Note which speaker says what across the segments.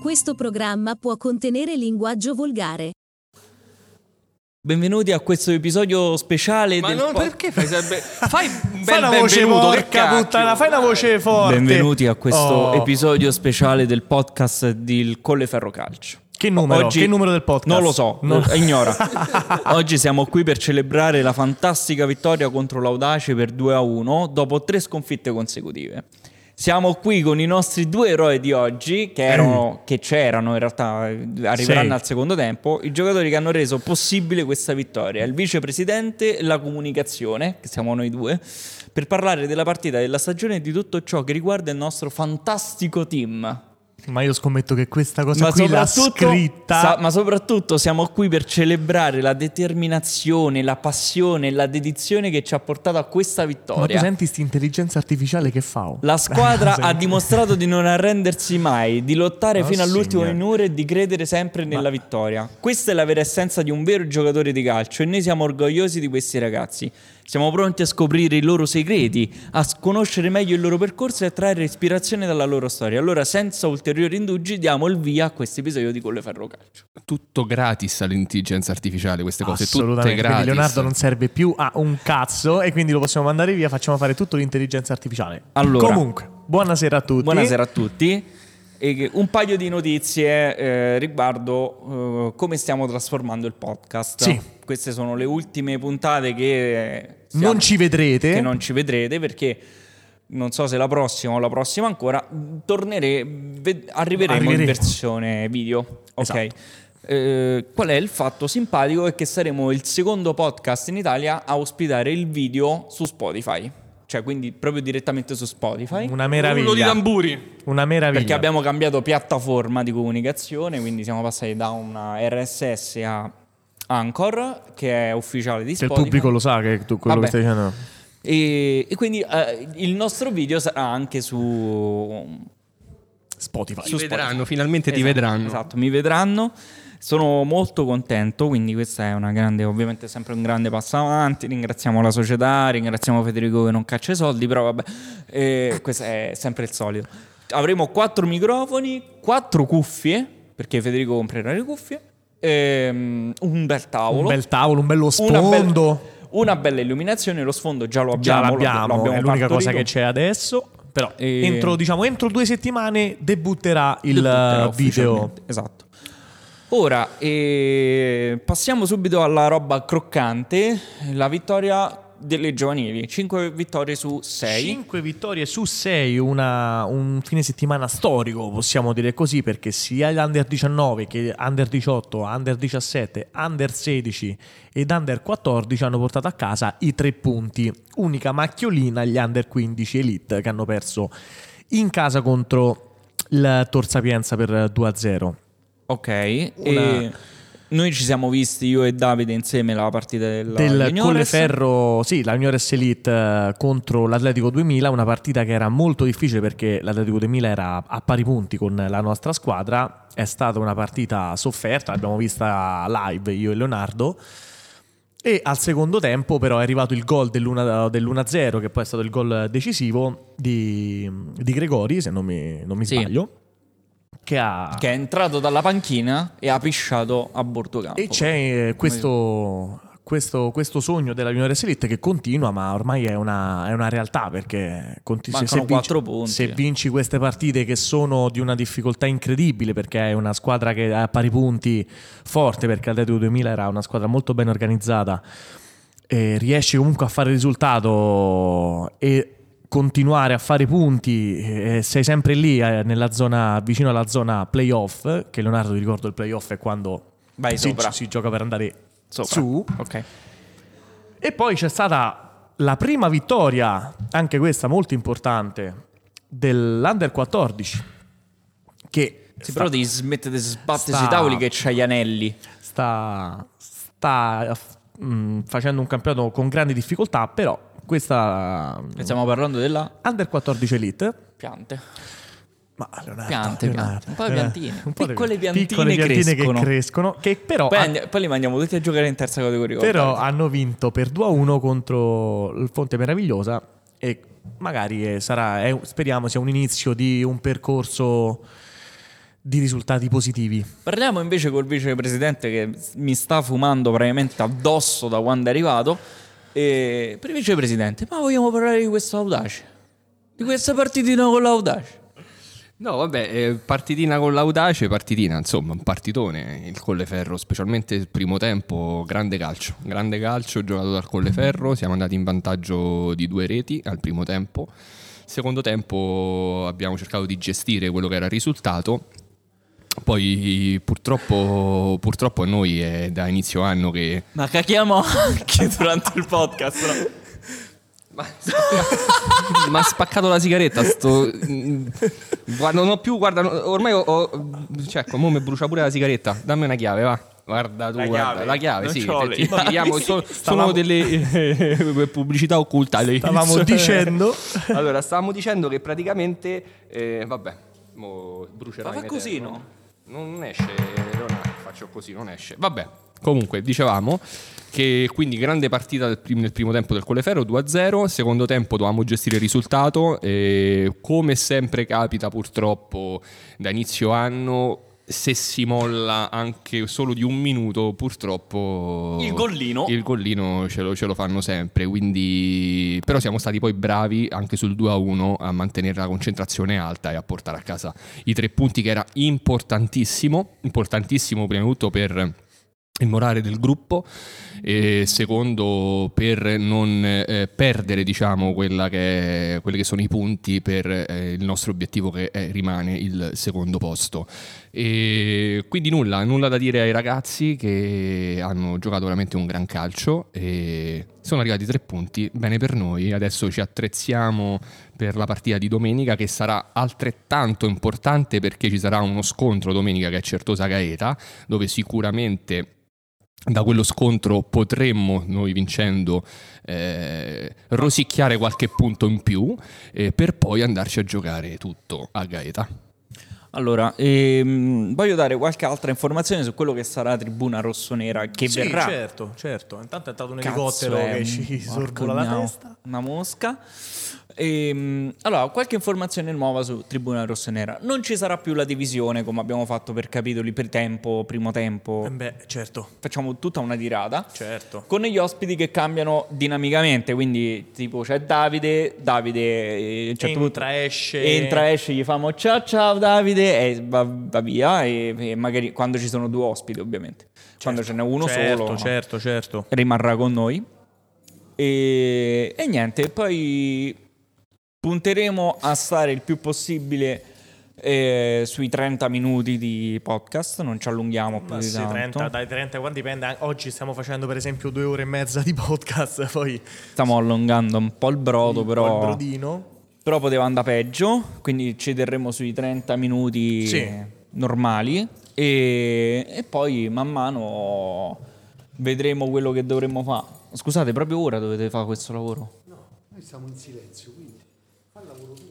Speaker 1: Questo programma può contenere linguaggio volgare.
Speaker 2: Benvenuti a questo episodio speciale
Speaker 3: Ma
Speaker 2: del
Speaker 3: non
Speaker 2: po-
Speaker 3: perché fai sempre Fai
Speaker 4: Fai
Speaker 3: un bel
Speaker 4: una voce
Speaker 3: benvenuto che
Speaker 4: porca
Speaker 3: cacchio.
Speaker 4: puttana, fai una voce forte.
Speaker 2: Benvenuti a questo
Speaker 4: Oh,
Speaker 2: episodio speciale del podcast del Colleferro Calcio.
Speaker 4: Che numero? Che numero del podcast?
Speaker 2: Non lo so,
Speaker 4: No.
Speaker 2: eh, ignora. Oggi siamo qui per celebrare la fantastica vittoria contro l'Audace per 2 a 1 dopo tre sconfitte consecutive. Siamo qui con i nostri due eroi di oggi, che, erano, che c'erano in realtà, eh, arriveranno
Speaker 4: Sì.
Speaker 2: al secondo tempo, i giocatori che hanno reso possibile questa vittoria, il vicepresidente e la comunicazione, che siamo noi due, per parlare della partita, della stagione e di tutto ciò che riguarda il nostro fantastico team.
Speaker 4: Ma io scommetto che questa cosa qui l'ha scritta.
Speaker 2: sa- ma soprattutto siamo qui per celebrare la determinazione, la passione, la dedizione che ci ha portato a questa
Speaker 4: Ma tu
Speaker 2: vittoria.
Speaker 4: senti sta intelligenza artificiale che fa? oh?
Speaker 2: la squadra ha
Speaker 4: Senti.
Speaker 2: dimostrato di non arrendersi mai, di lottare
Speaker 4: Oh,
Speaker 2: fino all'ultimo
Speaker 4: signore.
Speaker 2: minuto e di credere sempre nella vittoria. Questa è la vera essenza di un vero giocatore di calcio e noi siamo orgogliosi di questi ragazzi. Siamo pronti a scoprire i loro segreti, a s- conoscere meglio il loro percorso e a trarre ispirazione dalla loro storia. Allora, senza ulteriori indugi, diamo il via a questo episodio di Colle Ferro Calcio.
Speaker 3: Tutto gratis all'intelligenza artificiale Queste cose tutte
Speaker 4: Assolutamente, quindi
Speaker 3: gratis
Speaker 4: Leonardo non serve più a un cazzo e quindi lo possiamo mandare via, facciamo fare tutto l'intelligenza artificiale.
Speaker 2: Allora.
Speaker 4: Comunque, buonasera a tutti.
Speaker 2: Buonasera a tutti. E che- un paio di notizie eh, riguardo eh, come stiamo trasformando il podcast.
Speaker 4: Sì.
Speaker 2: Queste sono le ultime puntate che, eh, siamo-
Speaker 4: Non ci vedrete.
Speaker 2: che non ci vedrete perché non so se la prossima o la prossima ancora tornere, ve- arriveremo, in
Speaker 4: Arriveremo.
Speaker 2: versione video. Ok.
Speaker 4: Esatto.
Speaker 2: Eh, qual è il fatto simpatico? È che saremo il secondo podcast in Italia a ospitare il video su Spotify, cioè quindi proprio direttamente su Spotify.
Speaker 4: Una
Speaker 3: Rullo di
Speaker 4: meraviglia.
Speaker 3: tamburi
Speaker 4: Una meraviglia.
Speaker 2: Perché abbiamo cambiato piattaforma di comunicazione, quindi siamo passati da una RSS a Anchor, che è ufficiale di
Speaker 4: Se il
Speaker 2: Spotify.
Speaker 4: pubblico lo sa che tu quello
Speaker 2: Vabbè.
Speaker 4: che stai dicendo.
Speaker 2: E, e quindi eh, il nostro video sarà anche su,
Speaker 4: Spotify.
Speaker 3: Ti
Speaker 2: su
Speaker 3: vedranno, finalmente ti
Speaker 2: Esatto,
Speaker 3: vedranno
Speaker 2: Esatto, mi vedranno. Sono molto contento, quindi questa è una grande, ovviamente sempre un grande passo avanti. Ringraziamo la società, ringraziamo Federico che non caccia i soldi, però vabbè, eh, questo è sempre il solito. Avremo quattro microfoni, quattro cuffie, perché Federico comprerà le cuffie, ehm, un bel tavolo.
Speaker 4: Un bel tavolo, un bello
Speaker 2: Una bella-
Speaker 4: sfondo.
Speaker 2: Una bella illuminazione, lo sfondo già lo
Speaker 4: Già
Speaker 2: abbiamo. lo
Speaker 4: l'abbiamo,
Speaker 2: abbiamo
Speaker 4: è l'unica
Speaker 2: partorito.
Speaker 4: cosa che c'è adesso. Però
Speaker 2: E-
Speaker 4: entro, diciamo, entro due settimane debutterà il
Speaker 2: Debutterà
Speaker 4: eh, video.
Speaker 2: ufficialmente, Esatto. Ora eh, passiamo subito alla roba croccante, la vittoria delle giovanili, 5 vittorie su 6.
Speaker 4: 5 vittorie su 6, un fine settimana storico, possiamo dire così, perché sia l'Under 19 che Under 18, Under 17, Under 16 ed Under 14 hanno portato a casa i tre punti. Unica macchiolina gli Under 15 Elite che hanno perso in casa contro il Tor Sapienza per 2-0.
Speaker 2: Ok, e
Speaker 4: Una-
Speaker 2: noi ci siamo visti io e Davide insieme la partita della
Speaker 4: del
Speaker 2: Juniores.
Speaker 4: Colleferro, sì, la Juniores Elite eh, contro l'Atletico 2000, una partita che era molto difficile perché l'Atletico 2000 era a pari punti con la nostra squadra, è stata una partita sofferta, l'abbiamo vista live io e Leonardo. E al secondo tempo però è arrivato il gol dell'1-0 che poi è stato il gol decisivo di, di Gregori, se non mi, non mi
Speaker 2: Sì.
Speaker 4: sbaglio, che ha...
Speaker 2: che è entrato dalla panchina e ha pisciato a bordo campo.
Speaker 4: E c'è eh, questo, questo- questo sogno della Juniores Elite che continua, ma ormai è una, è una realtà perché conti- se-
Speaker 2: Mancano
Speaker 4: se, vinci,
Speaker 2: quattro punti. eh.
Speaker 4: se vinci queste partite che sono di una difficoltà incredibile perché è una squadra che ha pari punti forte perché Atletico 2000 era una squadra molto ben organizzata e riesci comunque a fare risultato e continuare a fare punti eh, sei sempre lì eh, nella zona vicino alla zona playoff che Leonardo ti ricordo il playoff è quando
Speaker 2: Vai
Speaker 4: si,
Speaker 2: sopra.
Speaker 4: si gioca per andare
Speaker 2: Sopra.
Speaker 4: su
Speaker 2: Ok.
Speaker 4: e poi c'è stata la prima vittoria anche questa molto importante dell'Under 14 che
Speaker 2: Sì, però devi smettere di sbattere
Speaker 4: sta- Mm.
Speaker 2: sui tavoli che c'hai gli anelli.
Speaker 4: sta, sta, mm, facendo un campionato con grandi difficoltà però questa
Speaker 2: E Stiamo parlando della
Speaker 4: Under 14 Elite
Speaker 2: piante.
Speaker 4: Ma Leonardo,
Speaker 2: Piante,
Speaker 4: Leonardo,
Speaker 2: piante, un po' di
Speaker 4: Leonardo,
Speaker 2: piantine,
Speaker 4: un po' di
Speaker 2: piccole
Speaker 4: piccole
Speaker 2: piantine
Speaker 4: piantine
Speaker 2: crescono.
Speaker 4: che crescono, che però,
Speaker 2: Poi,
Speaker 4: ha-
Speaker 2: andi- poi li mandiamo tutti a giocare in terza categoria.
Speaker 4: però
Speaker 2: guardate.
Speaker 4: hanno vinto per 2-1 contro il Fonte Meravigliosa e magari eh, sarà, è un- speriamo sia un inizio di un percorso
Speaker 5: di risultati positivi.
Speaker 2: Parliamo invece col vicepresidente che mi sta fumando praticamente addosso da quando è arrivato. E per il vicepresidente, ma vogliamo parlare di questo audace? Di questa partitina con l'audace?
Speaker 3: No, vabbè, eh, partitina con l'audace, partitina, insomma, un partitone, il Colleferro, specialmente il primo tempo, grande calcio, grande calcio giocato dal Colleferro, siamo andati in vantaggio di due reti al primo tempo, secondo tempo abbiamo cercato di gestire quello che era il risultato, poi purtroppo, purtroppo a noi è da inizio anno che...
Speaker 2: Ma cacchiamo anche durante il podcast. no?
Speaker 3: Ma mi ha spaccato la sigaretta. Sto... mm, Guarda, non ho più. Guarda, no- ormai ho. ho- cioè, ecco, mo mi brucia pure la sigaretta. Dammi una chiave, va. Guarda tu,
Speaker 2: La
Speaker 3: guarda,
Speaker 2: chiave?
Speaker 3: la chiave,
Speaker 2: Non
Speaker 3: sì.
Speaker 2: c'ho
Speaker 3: perché
Speaker 2: le
Speaker 3: ti diamo-
Speaker 2: chiavi.
Speaker 3: so-
Speaker 5: Stavamo-
Speaker 3: sono delle eh, pubblicità occultate.
Speaker 5: Stavamo dicendo...
Speaker 3: Allora, stavamo dicendo che praticamente. eh, vabbè, mo brucerà.
Speaker 2: Ma fa
Speaker 3: in
Speaker 2: così,
Speaker 3: eterno.
Speaker 2: no?
Speaker 3: Non esce, non faccio così, non esce. Vabbè, comunque, dicevamo che quindi grande partita del prim- nel primo tempo del Colleferro 2-0, secondo tempo dovevamo gestire il risultato e come sempre capita purtroppo da inizio anno se si molla anche solo di un minuto purtroppo
Speaker 2: Il gollino.
Speaker 3: il gollino ce lo, ce lo fanno sempre quindi però siamo stati poi bravi anche sul 2-1 a mantenere la concentrazione alta e a portare a casa i tre punti che era importantissimo importantissimo prima di tutto per il morale del gruppo e secondo per non eh, perdere diciamo quella che è- quelli che sono i punti per eh, il nostro obiettivo che è- rimane il secondo posto e quindi nulla nulla da dire ai ragazzi che hanno giocato veramente un gran calcio e sono arrivati tre punti bene per noi adesso ci attrezziamo per la partita di domenica che sarà altrettanto importante perché ci sarà uno scontro domenica che è Certosa Gaeta dove sicuramente da quello scontro potremmo, noi vincendo, eh, rosicchiare qualche punto in più eh, per poi andarci a giocare tutto a Gaeta.
Speaker 2: Allora, ehm, voglio dare qualche altra informazione su quello che sarà la tribuna rossonera che
Speaker 5: Sì,
Speaker 2: verrà.
Speaker 5: certo, certo. Intanto è stato un
Speaker 2: Cazzo,
Speaker 5: elicottero
Speaker 2: eh, è
Speaker 5: che
Speaker 2: un-
Speaker 5: ci
Speaker 2: porco
Speaker 5: sorvola la
Speaker 2: gnao,
Speaker 5: testa.
Speaker 2: Una mosca. Ehm, allora, qualche informazione nuova su Tribuna Rossonera. Non ci sarà più la divisione come abbiamo fatto per capitoli, per tempo, primo tempo.
Speaker 5: Eh beh, certo,
Speaker 2: Facciamo tutta una tirata.
Speaker 5: certo.
Speaker 2: Con gli ospiti che cambiano dinamicamente, quindi tipo c'è Davide, Davide eh, a un certo punto-
Speaker 5: Entra, esce.
Speaker 2: entra, esce, gli famo ciao ciao Davide e va, va via e, e magari quando ci sono due ospiti ovviamente, quando ce n'è uno
Speaker 5: certo,
Speaker 2: solo
Speaker 5: Certo, certo.
Speaker 2: rimarrà con noi. E, e niente, poi punteremo a stare il più possibile eh, sui 30 minuti di podcast, non ci allunghiamo più
Speaker 5: Ma
Speaker 2: di
Speaker 5: sì,
Speaker 2: tanto.
Speaker 5: 30, dai 30 quando dipende. anche- Oggi stiamo facendo per esempio due ore e mezza di podcast, poi
Speaker 2: Stiamo allungando un po' il brodo,
Speaker 5: col
Speaker 2: però,
Speaker 5: brodino.
Speaker 2: però poteva andare peggio, quindi ci terremo sui 30 minuti
Speaker 5: Sì.
Speaker 2: normali e, e poi man mano vedremo quello che dovremmo fare. Scusate, proprio ora dovete fare questo lavoro?
Speaker 6: Noi siamo in silenzio, quindi fa il lavoro tuo.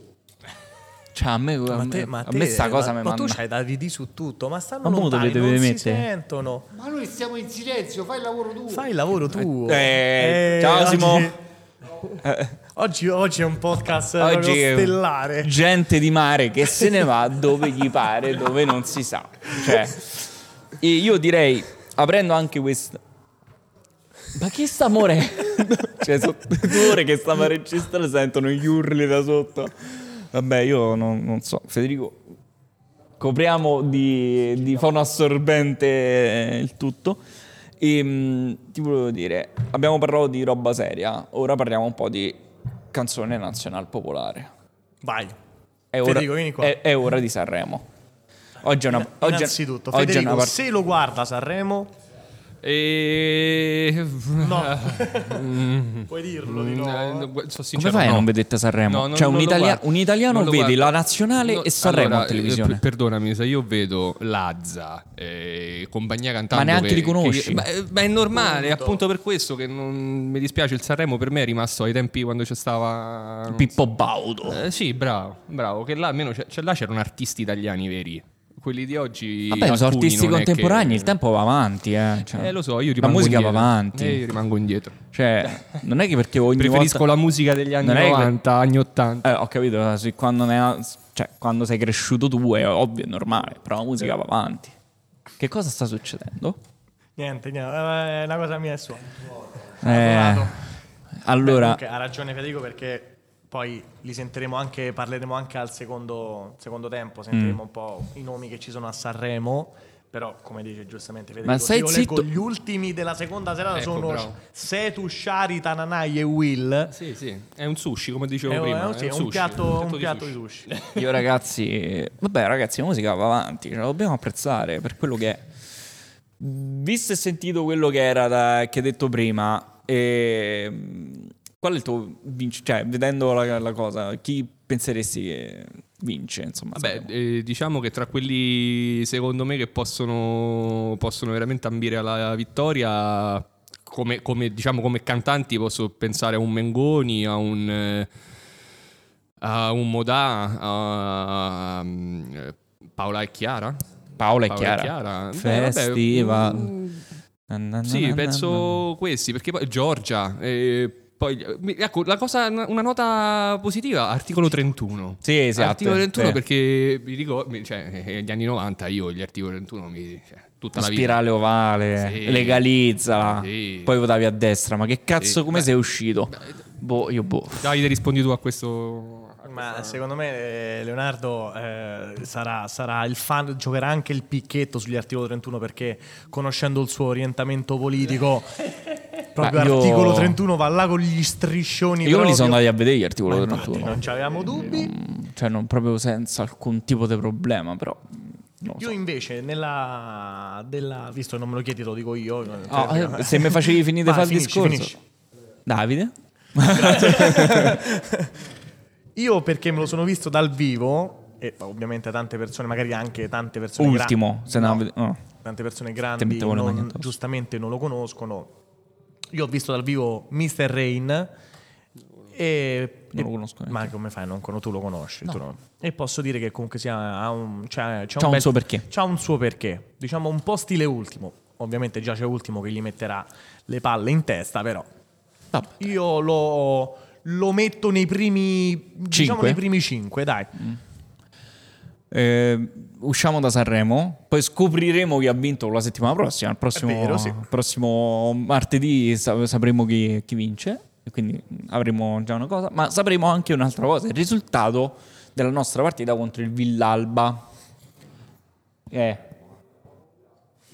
Speaker 2: Cioè, a me, a
Speaker 5: Ma,
Speaker 2: me-
Speaker 5: te, ma,
Speaker 2: a
Speaker 5: te- eh,
Speaker 2: me sta cosa
Speaker 5: ma,
Speaker 2: mi
Speaker 5: ma tu
Speaker 2: manda.
Speaker 5: c'hai da VD su tutto, ma stanno
Speaker 2: Ma mo
Speaker 5: lontani,
Speaker 2: dove
Speaker 5: non
Speaker 2: devi
Speaker 5: si
Speaker 2: mettere?
Speaker 5: sentono.
Speaker 6: Ma noi stiamo in silenzio, fai il lavoro tuo.
Speaker 5: Fai il lavoro tuo.
Speaker 2: Eh, ciao,
Speaker 5: oggi-
Speaker 2: Simo.
Speaker 5: Oggi, oggi è un podcast
Speaker 2: Oggi
Speaker 5: proprio
Speaker 2: è
Speaker 5: stellare.
Speaker 2: gente di mare che se ne va dove gli pare, dove non si sa. Cioè, e io direi, aprendo anche questa... Ma che sta amore? cioè, sono due ore che stiamo a registrare, sentono gli urli da sotto. Vabbè, io non, non so, Federico, copriamo di, di fonoassorbente eh, il tutto. E, mh, ti volevo dire, abbiamo parlato di roba seria, ora parliamo un po' di canzone nazional popolare.
Speaker 5: Vai.
Speaker 2: È ora,
Speaker 5: Federico, vieni qua. Eh,
Speaker 2: è- è ora di Sanremo. Oggi è una, oggi è-
Speaker 5: Innanzitutto,
Speaker 2: oggi è
Speaker 5: Federico,
Speaker 2: una part-
Speaker 5: se lo guarda Sanremo,
Speaker 3: E...
Speaker 5: no. Puoi dirlo di
Speaker 2: Mm.
Speaker 5: no.
Speaker 3: Sono
Speaker 2: Come
Speaker 3: sincero,
Speaker 2: fai a
Speaker 3: no.
Speaker 2: non vedete Sanremo?
Speaker 3: No, non-
Speaker 2: cioè, un,
Speaker 3: non lo
Speaker 2: italia-
Speaker 3: guardo.
Speaker 2: un italiano
Speaker 3: Non lo
Speaker 2: vede
Speaker 3: guardo.
Speaker 2: la nazionale
Speaker 3: No,
Speaker 2: e Sanremo
Speaker 3: allora,
Speaker 2: in televisione.
Speaker 3: eh, per- perdonami, se io vedo Lazza e compagnia cantante.
Speaker 2: Ma neanche
Speaker 3: che-
Speaker 2: li conosci.
Speaker 3: che- ma, eh, ma è normale, è appunto per questo che non mi dispiace. Il Sanremo per me è rimasto ai tempi quando c'è stava. Eh, non
Speaker 2: Pippo Baudo.
Speaker 3: so- eh, sì, bravo, bravo. Che là almeno c'è- c'è- là c'erano artisti italiani veri. quelli di oggi...
Speaker 2: Vabbè, sono
Speaker 3: alcuni
Speaker 2: artisti
Speaker 3: non è che-
Speaker 2: contemporanei, il tempo va avanti, eh. cioè.
Speaker 3: Eh, lo so, io
Speaker 2: La
Speaker 3: rimango
Speaker 2: musica
Speaker 3: indietro.
Speaker 2: va avanti.
Speaker 3: Eh, io rimango indietro.
Speaker 2: Cioè, non è che perché ogni
Speaker 3: Preferisco
Speaker 2: volta...
Speaker 3: la musica degli anni
Speaker 2: Non è che-
Speaker 3: 90, anni 80.
Speaker 2: Eh, ho capito, sì, quando, ne- cioè, quando sei cresciuto tu è ovvio, è normale, però la musica va avanti. Che cosa sta succedendo?
Speaker 4: Niente, niente, è una cosa mia e sua.
Speaker 2: Eh, allora,
Speaker 4: Comunque, ha ragione Federico perché poi li sentiremo anche, parleremo anche al secondo, secondo tempo,
Speaker 2: Mm.
Speaker 4: sentiremo un po' i nomi che ci sono a Sanremo. Però, come dice giustamente Federico,
Speaker 2: Ma stai
Speaker 4: io leggo
Speaker 2: zitto.
Speaker 4: gli ultimi della seconda serata
Speaker 3: Ecco,
Speaker 4: sono
Speaker 3: bravo.
Speaker 4: Setu, Shari, Tananai e Will.
Speaker 3: Sì, sì, è un sushi, come dicevo
Speaker 4: È un-
Speaker 3: prima. eh,
Speaker 4: è un- sì, è un
Speaker 3: sushi,
Speaker 4: piatto- un piatto di
Speaker 2: io ragazzi, vabbè ragazzi, la musica va avanti, ce la dobbiamo apprezzare per quello che è. Visto e sentito quello che era da- che hai detto prima, ehm, qual è il tuo vince? Cioè, vedendo la, la cosa, chi penseresti che vince? Insomma,
Speaker 3: Vabbè,
Speaker 2: Sanremo?
Speaker 3: eh, diciamo che tra quelli secondo me che possono, possono veramente ambire alla vittoria, come, come, diciamo, come cantanti posso pensare a un Mengoni, a un, eh, a un Modà, a, mm, eh, Paola e Chiara.
Speaker 2: Paola e
Speaker 3: Paola e
Speaker 2: Chiara.
Speaker 3: Chiara. Beh, vabbè, mm.
Speaker 2: Festival.
Speaker 3: Sì, penso questi, perché poi Giorgia... eh, poi, mi- ecco, la cosa, una nota positiva, articolo 31.
Speaker 2: Sì, esatto.
Speaker 3: Articolo 31
Speaker 2: Sì.
Speaker 3: perché mi ricordo, mi- cioè, eh, gli anni 90 io gli articoli 31 mi... Cioè, tutta la vita.
Speaker 2: Spirale ovale,
Speaker 3: Sì.
Speaker 2: legalizzala.
Speaker 3: Sì.
Speaker 2: Poi votavi a destra. Ma che cazzo,
Speaker 3: Sì.
Speaker 2: come
Speaker 3: Beh.
Speaker 2: sei uscito? Boh, io boh.
Speaker 3: Davide rispondi tu a questo... a
Speaker 4: Ma
Speaker 3: questa-
Speaker 4: secondo me eh, Leonardo eh, sarà, sarà il fan, giocherà anche il picchetto sugli articolo 31 perché conoscendo il suo orientamento politico, proprio
Speaker 2: Ma io-
Speaker 4: articolo 31 va là con gli striscioni.
Speaker 2: Io li
Speaker 4: proprio.
Speaker 2: sono andati a vedere gli articoli
Speaker 4: Ma
Speaker 2: del
Speaker 4: infatti,
Speaker 2: 31.
Speaker 4: Non ci avevamo dubbi.
Speaker 2: Cioè, non proprio senza alcun tipo di problema, però. mm, Non lo
Speaker 4: Io
Speaker 2: so.
Speaker 4: invece, nella, della, visto che non me lo chiedi, te lo dico io. Cioè,
Speaker 2: Ah, eh, se mi facevi finire di
Speaker 4: Vai,
Speaker 2: fare il
Speaker 4: finisci,
Speaker 2: discorso,
Speaker 4: finisci.
Speaker 2: Davide.
Speaker 4: Io perché me lo sono visto dal vivo, e ovviamente tante persone, magari anche tante persone gra-
Speaker 2: Ultimo, se no, no.
Speaker 4: tante persone
Speaker 2: Te
Speaker 4: grandi
Speaker 2: mettevo le mani
Speaker 4: non-
Speaker 2: addosso.
Speaker 4: giustamente non lo conoscono. Io ho visto dal vivo Mr. Rain e
Speaker 2: Non lo
Speaker 4: e-
Speaker 2: conosco neanche.
Speaker 4: Ma come fai? Non conosco, tu lo conosci. tu no. E posso dire che comunque sia ha un, c'ha- c'ha
Speaker 2: C'ha un
Speaker 4: bel-
Speaker 2: suo perché.
Speaker 4: C'ha un suo perché. Diciamo un po' stile ultimo. Ovviamente già c'è ultimo che gli metterà le palle in testa, però
Speaker 2: Vabbè.
Speaker 4: io lo, lo metto nei primi diciamo
Speaker 2: Cinque? Mm.
Speaker 4: nei primi 5, dai.
Speaker 2: Eh, usciamo da Sanremo, poi scopriremo chi ha vinto la settimana prossima. Il prossimo,
Speaker 4: vero, sì.
Speaker 2: prossimo martedì sa- sapremo chi, chi vince, e quindi mm, avremo già una cosa, ma sapremo anche un'altra cosa, il risultato della nostra partita contro il Villalba. Eh,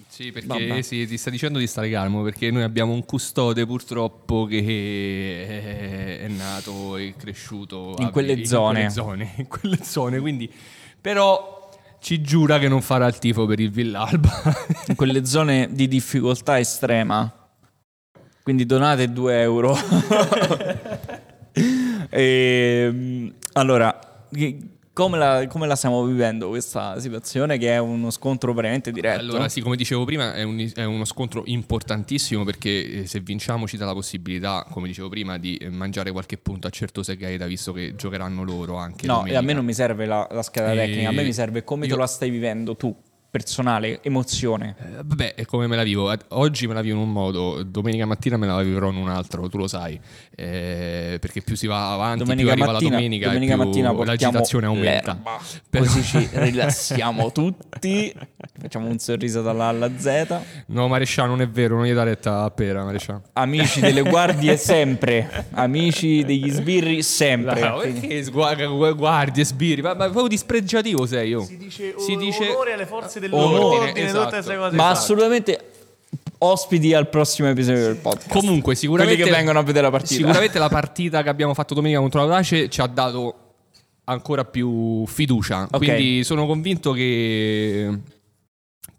Speaker 3: Sì, perché
Speaker 2: Vabbè.
Speaker 3: sì, ti sta dicendo di stare calmo, perché noi abbiamo un custode purtroppo che eh, è- è nato e cresciuto
Speaker 2: In
Speaker 3: a-
Speaker 2: quelle
Speaker 3: In
Speaker 2: zone.
Speaker 3: quelle zone, in quelle zone, quindi... Però ci giura che non farà il tifo per il Villalba.
Speaker 2: in quelle zone di difficoltà estrema. Quindi donate 2 euro. Ehm, allora, che- come la, come la stiamo vivendo questa situazione che è uno scontro veramente diretto?
Speaker 3: Allora, sì, come dicevo prima, è, un- è uno scontro importantissimo perché eh, se vinciamo ci dà la possibilità, come dicevo prima, di eh, mangiare qualche punto a Certosa e Gaeta, visto che giocheranno loro anche.
Speaker 2: no, e
Speaker 3: domenica.
Speaker 2: a me non mi serve la, la scheda
Speaker 3: E-
Speaker 2: tecnica, a me mi serve come
Speaker 3: io-
Speaker 2: te la stai vivendo tu, personale, emozione.
Speaker 3: Eh, Vabbè, è come me la vivo. Ad- Oggi me la vivo in un modo, domenica mattina me la vivrò in un altro, tu lo sai. Eh, perché più si va avanti,
Speaker 2: Domenica
Speaker 3: più arriva
Speaker 2: mattina,
Speaker 3: la domenica, e
Speaker 2: domenica
Speaker 3: più
Speaker 2: mattina portiamo
Speaker 3: l'agitazione aumenta.
Speaker 2: l'erba,
Speaker 3: Però-
Speaker 2: Così ci rilassiamo tutti, facciamo un sorriso dalla A alla Z.
Speaker 3: No, Marescià, non è vero, non gli dà retta a pera, Marescià.
Speaker 2: Amici delle guardie sempre, amici degli sbirri sempre.
Speaker 3: Ma perché sgua- guardi e sbirri? Ma, ma proprio dispregiativo sei io.
Speaker 4: Si dice,
Speaker 3: Si dice-
Speaker 4: onore alle forze
Speaker 3: Onore,
Speaker 4: dell'ordine,
Speaker 3: esatto.
Speaker 4: tutte queste cose.
Speaker 2: Ma
Speaker 4: qua.
Speaker 2: assolutamente ospiti al prossimo episodio del podcast.
Speaker 3: Comunque, sicuramente
Speaker 2: Quelli che vengono a vedere la partita.
Speaker 3: Sicuramente la partita che abbiamo fatto domenica contro la Dace ci ha dato ancora più fiducia.
Speaker 2: Ok.
Speaker 3: Quindi sono convinto che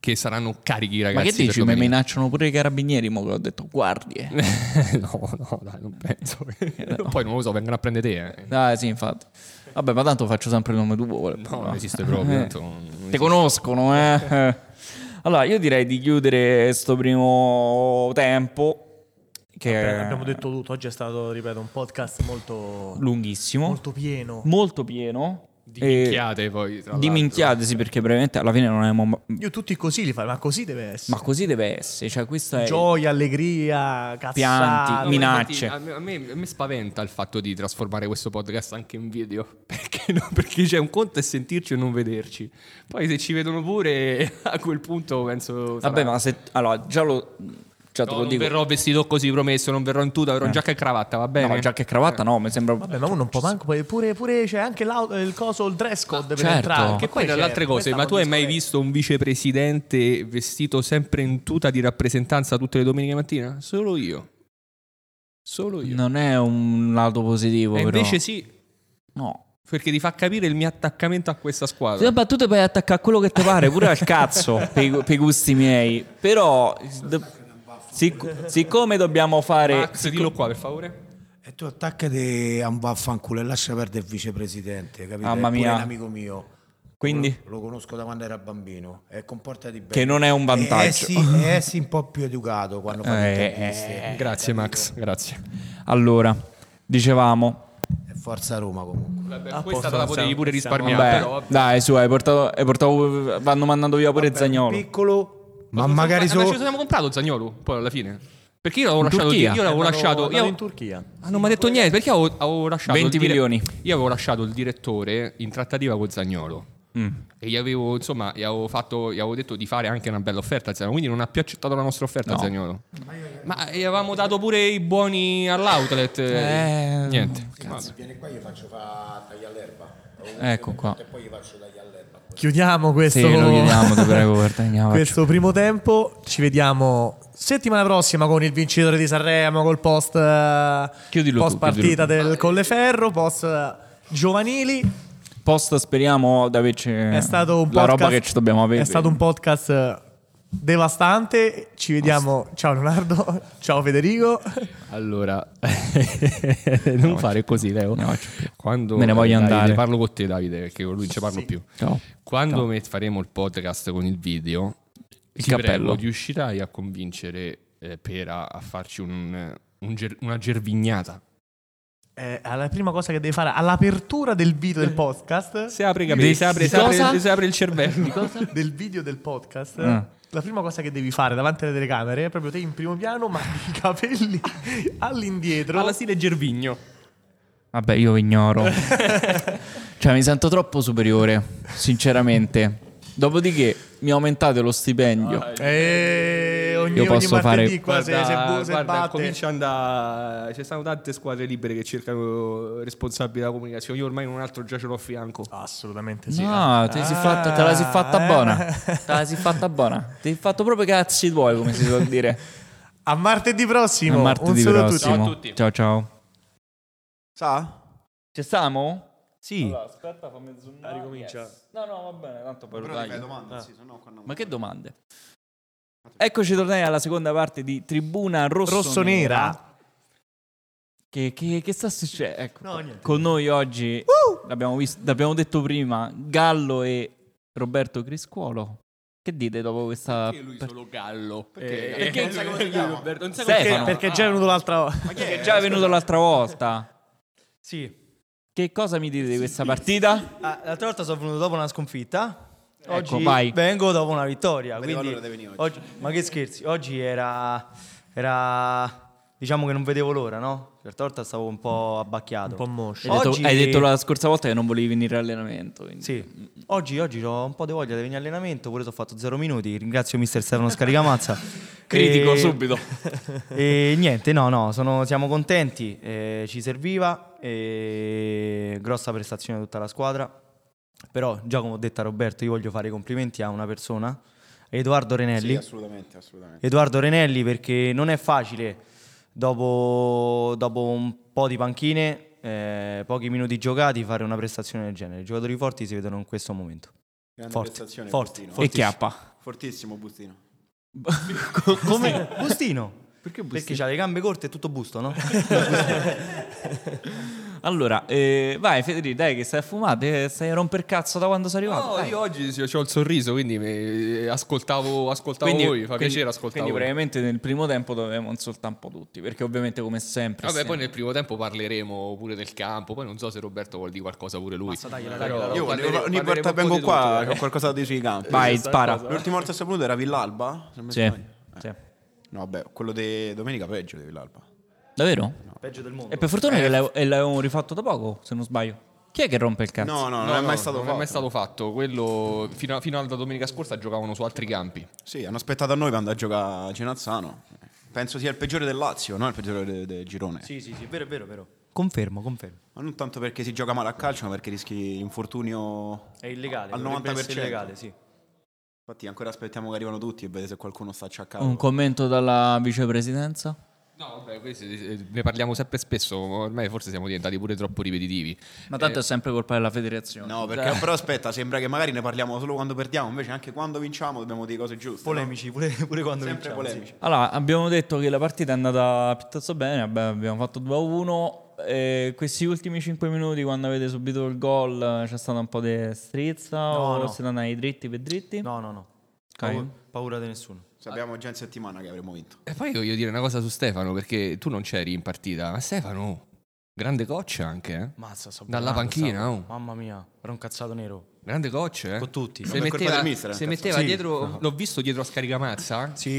Speaker 3: che saranno carichi i
Speaker 2: Ma
Speaker 3: ragazzi.
Speaker 2: che
Speaker 3: per
Speaker 2: dici? Mi
Speaker 3: domenica.
Speaker 2: minacciano pure i carabinieri, mo che ho detto guardie.
Speaker 3: no, no, dai, non penso. Poi non lo so, vengono a prendere te. eh.
Speaker 2: Ah, sì, infatti. Vabbè, ma tanto faccio sempre il nome tuo. volevo-
Speaker 3: No, non esiste proprio.
Speaker 2: Eh.
Speaker 3: tanto non esiste.
Speaker 2: Ti conoscono, eh. Allora, io direi di chiudere sto primo tempo. Che
Speaker 4: Beh,
Speaker 2: è
Speaker 4: abbiamo detto tutto, oggi è stato, ripeto, un podcast molto,
Speaker 2: lunghissimo.
Speaker 4: molto pieno.
Speaker 2: molto pieno.
Speaker 3: Di
Speaker 2: E-
Speaker 3: minchiate poi. tra
Speaker 2: Di
Speaker 3: l'altro.
Speaker 2: minchiate, sì, perché probabilmente alla fine non abbiamo.
Speaker 4: Io tutti così li fai, ma così deve essere.
Speaker 2: Ma così deve essere. Cioè, questo è.
Speaker 4: Gioia, allegria,
Speaker 2: Pianti,
Speaker 4: cazzate.
Speaker 3: No,
Speaker 2: mina-
Speaker 3: ma
Speaker 2: minacce.
Speaker 3: infatti, A me, a me- a me spaventa il fatto di trasformare questo podcast anche in video. Perché, no? Perché c'è un conto è sentirci e non vederci. Poi se ci vedono pure, a quel punto penso. sarà-
Speaker 2: Vabbè, ma se. Allora, già lo. Già te
Speaker 3: No,
Speaker 2: lo
Speaker 3: non
Speaker 2: dico. Eh.
Speaker 3: verrò vestito così, promesso. Non verrò in tuta, verrò in giacca e cravatta, va bene?
Speaker 2: No, giacca e cravatta, no, mi sembra.
Speaker 4: Vabbè, ma uno non può manco. poi Pure, pure c'è anche l'au- il coso, il dress code per
Speaker 2: certo.
Speaker 4: entrare.
Speaker 2: Che
Speaker 3: Che poi
Speaker 4: c'è-
Speaker 3: dalle
Speaker 2: eh,
Speaker 3: altre cose,
Speaker 4: questa
Speaker 3: ma
Speaker 4: è
Speaker 3: tu
Speaker 4: una
Speaker 3: hai mai
Speaker 4: discoteca.
Speaker 3: visto un vicepresidente vestito sempre in tuta di rappresentanza tutte le domeniche mattina? Solo io. Solo io.
Speaker 2: Non è un lato positivo,
Speaker 3: e
Speaker 2: però.
Speaker 3: invece sì,
Speaker 2: No.
Speaker 3: perché ti fa capire il mio attaccamento a questa squadra.
Speaker 2: Le battute puoi attaccare a quello che ti pare, pure al cazzo, per i gusti miei. Però, do- sic- siccome dobbiamo fare...
Speaker 3: Max, dillo qua per favore.
Speaker 7: E tu attaccati a un vaffanculo e lascia perdere il vicepresidente, capito?
Speaker 2: Mamma
Speaker 7: È pure
Speaker 2: mia.
Speaker 7: un amico mio.
Speaker 2: Quindi?
Speaker 7: Lo, lo conosco da quando era bambino e comportati bene. Eh,
Speaker 2: Che non è un vantaggio.
Speaker 7: E
Speaker 4: Eh,
Speaker 7: essi, e essi un po' più educato quando fa
Speaker 2: Eh,
Speaker 7: le interviste.
Speaker 3: Grazie Max, grazie.
Speaker 2: Allora, dicevamo...
Speaker 7: E Forza Roma comunque.
Speaker 3: questa te la potevi pure risparmiare,
Speaker 2: Vabbè, dai, su, hai portato, hai portato- Vanno mandando via pure Zagnolo.
Speaker 7: Piccolo, ma magari
Speaker 3: solo... Ma
Speaker 7: solo...
Speaker 3: ci siamo comprato Zagnolo, poi alla fine. Perché io
Speaker 2: In
Speaker 3: l'avevo lasciato...
Speaker 2: Turchia.
Speaker 3: Io
Speaker 4: Andavo-
Speaker 3: l'avevo lasciato...
Speaker 4: andavo
Speaker 3: Io...
Speaker 4: in Turchia.
Speaker 3: Ah, non mi ha detto niente, perché avevo, avevo lasciato... il
Speaker 2: 20
Speaker 3: dire-
Speaker 2: milioni.
Speaker 3: Io avevo lasciato il direttore in trattativa con Zagnolo. E gli avevo, insomma, gli avevo, fatto, gli avevo detto di fare anche una bella offerta a Zagnolo, quindi non ha più accettato la nostra offerta
Speaker 2: No.
Speaker 3: Zagnolo. Ma gli avevamo dato pure i buoni all'outlet.
Speaker 2: Eh,
Speaker 3: niente.
Speaker 7: Vieni qua io faccio fa tagliare l'erba.
Speaker 2: Ecco qua.
Speaker 7: E poi gli faccio tagliare l'erba.
Speaker 4: Chiudiamo questo.
Speaker 2: Sì, lo chiediamo, ti prego, guarda, andiamo.
Speaker 4: questo primo tempo. Ci vediamo settimana prossima con il vincitore di Sanremo, col post, eh,
Speaker 2: Chiudilo
Speaker 4: post
Speaker 2: tu,
Speaker 4: partita del Colleferro, post eh, giovanili.
Speaker 2: Post speriamo di averci
Speaker 4: È stato un
Speaker 2: Eh, la
Speaker 4: podcast,
Speaker 2: roba che ci dobbiamo avere.
Speaker 4: È stato un podcast eh, devastante. Ci vediamo. Ciao Leonardo. Ciao Federico.
Speaker 3: Allora, non fare così, Leo.
Speaker 2: Ne faccio più.
Speaker 3: Quando
Speaker 2: Me ne voglio
Speaker 3: Davide,
Speaker 2: andare.
Speaker 3: Parlo con te, Davide, perché con lui non ci parlo più.
Speaker 2: Ciao.
Speaker 3: Quando me- faremo il podcast con il video,
Speaker 2: Il
Speaker 3: ti
Speaker 2: cappello.
Speaker 3: prego, riuscirai a convincere eh, Pera a farci un- un ger- una gervignata.
Speaker 4: Eh, alla prima cosa che devi fare all'apertura del video
Speaker 2: Eh.
Speaker 4: del podcast,
Speaker 3: Si apre, capito? Si apre,
Speaker 2: di
Speaker 3: si apre-
Speaker 2: cosa?
Speaker 3: si apre il cervello.
Speaker 4: del video del podcast,
Speaker 2: Ah.
Speaker 4: la prima cosa che devi fare davanti alle telecamere è proprio te in primo piano, ma i capelli all'indietro.
Speaker 3: Alla stile Gervigno.
Speaker 2: Vabbè, io vi ignoro. cioè, mi sento troppo superiore, sinceramente. Dopodiché mi aumentate lo stipendio.
Speaker 4: Eh, ogni,
Speaker 2: Io
Speaker 4: ogni
Speaker 2: posso fare-
Speaker 4: martedì qua se- se bu- se batte.
Speaker 3: andare. Ci sono tante squadre libere che cercano responsabili della comunicazione. Io ormai un altro già ce l'ho a fianco.
Speaker 4: Assolutamente sì.
Speaker 2: No, te, Ah, si fatta- te la si fatta
Speaker 4: Ah,
Speaker 2: buona.
Speaker 4: eh.
Speaker 2: Te la si fatta buona. Ti hai fatto proprio i cazzi tuoi, come si suol dire.
Speaker 4: A martedì
Speaker 2: A
Speaker 4: prossimo.
Speaker 2: martedì
Speaker 4: un saluto a tutti.
Speaker 2: prossimo.
Speaker 3: Ciao a tutti.
Speaker 2: Ciao, ciao.
Speaker 8: Sa?
Speaker 2: Ci stiamo?
Speaker 8: Sì.
Speaker 2: aspetta, fammi
Speaker 3: Ah,
Speaker 2: zoomare. Ricomincia. No, no, va bene, tanto poi
Speaker 8: Però ti fai domanda, sì, sennò quando-
Speaker 2: Ma che domande? Eccoci tornati alla seconda parte di Tribuna Rossonera.
Speaker 4: Rossonera.
Speaker 2: Che, che- che sta succedendo? Ecco,
Speaker 4: No, niente.
Speaker 2: con noi oggi, l'abbiamo, visto- l'abbiamo detto prima, Gallo e Roberto Criscuolo. Che dite dopo questa...
Speaker 3: Perché lui solo Gallo?
Speaker 2: Eh,
Speaker 3: perché non sa come si chiama? Non sa
Speaker 2: Stefano.
Speaker 3: come si chiama.
Speaker 4: Perché è già è venuto l'altra volta.
Speaker 2: Che è già venuto l'altra volta.
Speaker 8: Sì.
Speaker 2: Che cosa mi dite di questa partita?
Speaker 8: Ah, l'altra volta sono venuto dopo una sconfitta. Oggi
Speaker 2: Ecco, vai.
Speaker 8: vengo dopo una vittoria.
Speaker 7: Vedevo
Speaker 8: quindi
Speaker 7: l'ora di venire
Speaker 8: oggi- Ma che scherzi, oggi era. era- Diciamo che non vedevo l'ora, no? L'altra volta stavo un po'
Speaker 4: Un
Speaker 8: abbacchiato.
Speaker 4: po' moscio.
Speaker 2: Hai detto,
Speaker 8: Oggi-
Speaker 2: hai detto la scorsa volta che non volevi venire all'allenamento. quindi-
Speaker 8: Sì. Mm. Oggi, oggi ho un po' di voglia di venire in allenamento, pure se ho fatto 0 minuti. Ringrazio mister Stefano Scaricamazza.
Speaker 2: Critico
Speaker 8: E-
Speaker 2: subito.
Speaker 8: e niente, no, no, sono- siamo contenti, eh, ci serviva, eh, grossa prestazione di tutta la squadra. Però, già come ho detto a Roberto, io voglio fare i complimenti a una persona, Edoardo Renelli.
Speaker 7: assolutamente, assolutamente.
Speaker 8: Edoardo Renelli perché non è facile dopo, dopo un po' di panchine, eh, pochi minuti giocati, fare una prestazione del genere. I giocatori forti si vedono in questo momento.
Speaker 7: Grande
Speaker 8: Forti,
Speaker 7: prestazione,
Speaker 8: forti,
Speaker 7: Bustino.
Speaker 2: E
Speaker 8: forti.
Speaker 2: chiappa.
Speaker 7: Fortissimo Bustino.
Speaker 8: Come? Bustino. Perché c'ha le gambe corte e tutto busto, no?
Speaker 2: Allora, eh, vai Federico, dai che stai a fumare, eh, stai a romper cazzo da quando sei arrivato.
Speaker 3: No,
Speaker 2: dai.
Speaker 3: io oggi ho il sorriso, quindi mi- ascoltavo, ascoltavo voi, fa piacere ascoltare
Speaker 2: quindi
Speaker 3: voi.
Speaker 2: probabilmente nel primo tempo dovevamo insultare un po' tutti, perché ovviamente come sempre...
Speaker 3: Vabbè,
Speaker 2: sempre-
Speaker 3: poi nel primo tempo parleremo pure del campo, poi non so se Roberto vuol dire qualcosa pure lui.
Speaker 9: Io ogni- ogni volta vengo qua ho qualcosa da dire sui campi.
Speaker 2: Vai, spara.
Speaker 9: L'ultima volta che sono venuto era Villalba? se non mi
Speaker 2: Sì,
Speaker 9: sbaglio. Eh.
Speaker 2: sì.
Speaker 9: No, vabbè, quello di domenica peggio di Villalba.
Speaker 2: Davvero?
Speaker 8: Peggio del mondo.
Speaker 2: E per fortuna
Speaker 3: Eh.
Speaker 2: che l'ave- e l'avevamo rifatto da poco, se non sbaglio. Chi è che rompe il cazzo?
Speaker 9: No, no, non
Speaker 3: eh. No,
Speaker 9: è mai
Speaker 3: no,
Speaker 9: stato
Speaker 3: non
Speaker 9: fatto.
Speaker 3: è mai stato fatto. Quello fino, a- fino alla domenica scorsa giocavano su altri campi.
Speaker 9: Sì, hanno aspettato a noi quando a giocare a Genazzano. Penso sia il peggiore del Lazio, non il peggiore de- del girone.
Speaker 8: Sì, sì, sì, vero, è vero, è vero. Confermo, confermo.
Speaker 9: Ma non tanto perché si gioca male a calcio, ma perché rischi infortunio.
Speaker 8: È illegale.
Speaker 9: Al
Speaker 8: dovrebbe
Speaker 9: 90%.
Speaker 8: essere illegale, sì.
Speaker 9: Infatti, ancora aspettiamo che arrivano tutti e vedete se qualcuno sta acciaccato.
Speaker 2: Un commento dalla vicepresidenza?
Speaker 3: No, vabbè, questi, eh, ne parliamo sempre spesso, ormai forse siamo diventati pure troppo ripetitivi.
Speaker 2: Ma tanto è sempre colpa della federazione.
Speaker 9: No, perché però aspetta, sembra che magari ne parliamo solo quando perdiamo, invece anche quando vinciamo dobbiamo dire cose giuste. no?
Speaker 8: Polemici, pure, pure quando
Speaker 9: Sempre
Speaker 2: diciamo,
Speaker 8: vinciamo, sì.
Speaker 9: polemici.
Speaker 2: Allora, abbiamo detto che la partita è andata piuttosto bene, abbi- abbiamo fatto 2-1. eh, questi ultimi 5 minuti, quando avete subito il gol, eh, c'è stata un po' di strizza? o
Speaker 8: no.
Speaker 2: siete andati dritti per dritti?
Speaker 8: No, no, no.
Speaker 2: Ok.
Speaker 8: Paura, paura di nessuno.
Speaker 9: Sappiamo già in settimana che avremo vinto.
Speaker 3: E poi voglio dire una cosa su Stefano, perché tu non c'eri in partita, ma Stefano, grande coccia anche, eh?
Speaker 8: Mazza, sto
Speaker 3: Dalla
Speaker 8: bugando,
Speaker 3: panchina,
Speaker 8: stavo-
Speaker 3: oh.
Speaker 8: Mamma mia, era un cazzato nero.
Speaker 3: Grande coccia, eh?
Speaker 8: Con tutti.
Speaker 3: Se
Speaker 9: Vabbè, è colpa
Speaker 3: metteva,
Speaker 9: del mister, eh,
Speaker 3: se
Speaker 9: cazzo.
Speaker 3: metteva
Speaker 8: Sì.
Speaker 3: dietro, l'ho visto dietro a Scaricamazza e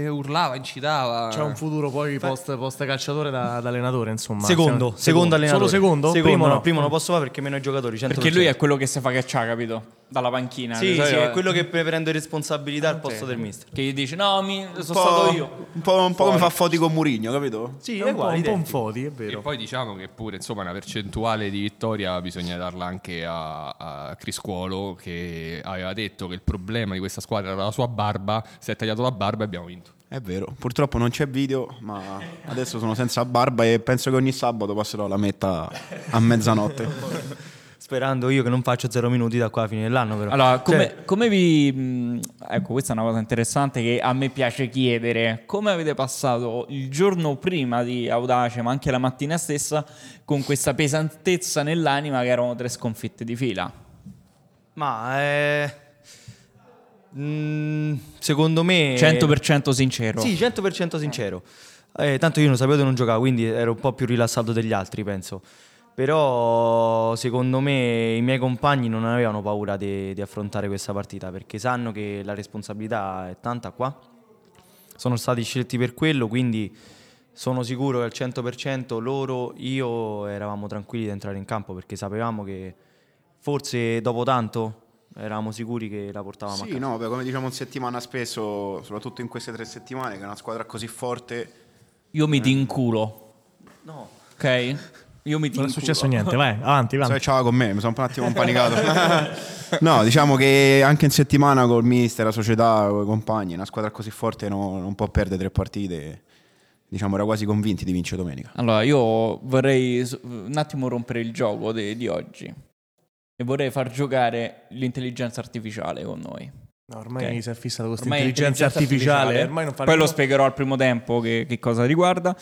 Speaker 3: e urlava, incitava.
Speaker 5: C'è
Speaker 2: Eh.
Speaker 5: un futuro poi post, post calciatore da, da allenatore, insomma.
Speaker 8: Secondo,
Speaker 5: Cioè,
Speaker 8: secondo, allenatore.
Speaker 5: Solo secondo?
Speaker 8: Secondo,
Speaker 5: Primo
Speaker 8: no,
Speaker 5: no.
Speaker 8: primo non posso fare perché meno i giocatori.
Speaker 2: Perché lui è Eh, quello che si fa cacciare, capito? Dalla panchina.
Speaker 8: Sì,
Speaker 2: di
Speaker 8: sì,
Speaker 2: solito-
Speaker 8: è quello che prende responsabilità al posto del mister.
Speaker 2: Che gli dice, no, mi- sono
Speaker 9: Un po'-
Speaker 2: stato io.
Speaker 9: Un po', un po' come fa Foti con Murigno, capito?
Speaker 8: Sì,
Speaker 5: È un po', un po' un foti, è
Speaker 3: E
Speaker 5: vero.
Speaker 3: poi diciamo che pure insomma una percentuale di vittoria bisogna darla anche a, a Criscuolo che aveva detto che il problema di questa squadra era la sua barba, si è tagliato la barba e abbiamo vinto.
Speaker 9: È vero, purtroppo non c'è video, ma adesso sono senza barba e penso che ogni sabato passerò la metta a mezzanotte.
Speaker 8: Sperando io che non faccio zero minuti da qua a fine dell'anno, però.
Speaker 2: Allora, come,
Speaker 8: Cioè,
Speaker 2: come vi... mh, Ecco, questa è una cosa interessante che a me piace chiedere. Come avete passato il giorno prima di Audace, ma anche la mattina stessa, con questa pesantezza nell'anima che erano tre sconfitte di fila?
Speaker 8: ma eh, mm, secondo
Speaker 5: Eh,
Speaker 8: me
Speaker 2: 100% sincero.
Speaker 8: Sì, 100% sincero. Eh, tanto io non sapevo di non giocare, quindi ero un po' più rilassato degli altri, penso. Però secondo me i miei compagni non avevano paura di, di affrontare questa partita perché sanno che la responsabilità è tanta qua. Sono stati scelti per quello, quindi sono sicuro che al 100% loro, io eravamo tranquilli di entrare in campo perché sapevamo che forse dopo tanto eravamo sicuri Ah, che la portavamo a
Speaker 9: sì,
Speaker 8: casa.
Speaker 9: no, beh, come diciamo in settimana spesso, soprattutto in queste tre settimane, che una squadra così forte...
Speaker 2: Io
Speaker 5: Eh.
Speaker 2: mi ti inculo,
Speaker 8: No.
Speaker 2: ok? Io mi ti
Speaker 5: Non è
Speaker 2: inculo.
Speaker 5: successo niente, vai, avanti,
Speaker 9: So
Speaker 5: avanti.
Speaker 9: che c'aveva con me, mi sono un attimo impanicato. no, diciamo che anche in settimana col mister, la società, con i compagni, una squadra così forte no- non può perdere tre partite. Diciamo, era quasi convinti di vincere domenica.
Speaker 2: Allora, io vorrei s- un attimo rompere il gioco de- di oggi. E vorrei far giocare l'intelligenza artificiale con noi.
Speaker 5: No, ormai
Speaker 2: Ok.
Speaker 5: si è fissata questa
Speaker 2: Ormai
Speaker 5: intelligenza, artificiale. Eh, Ormai non fa
Speaker 2: Poi
Speaker 5: più-
Speaker 2: lo spiegherò al primo tempo che, che cosa riguarda.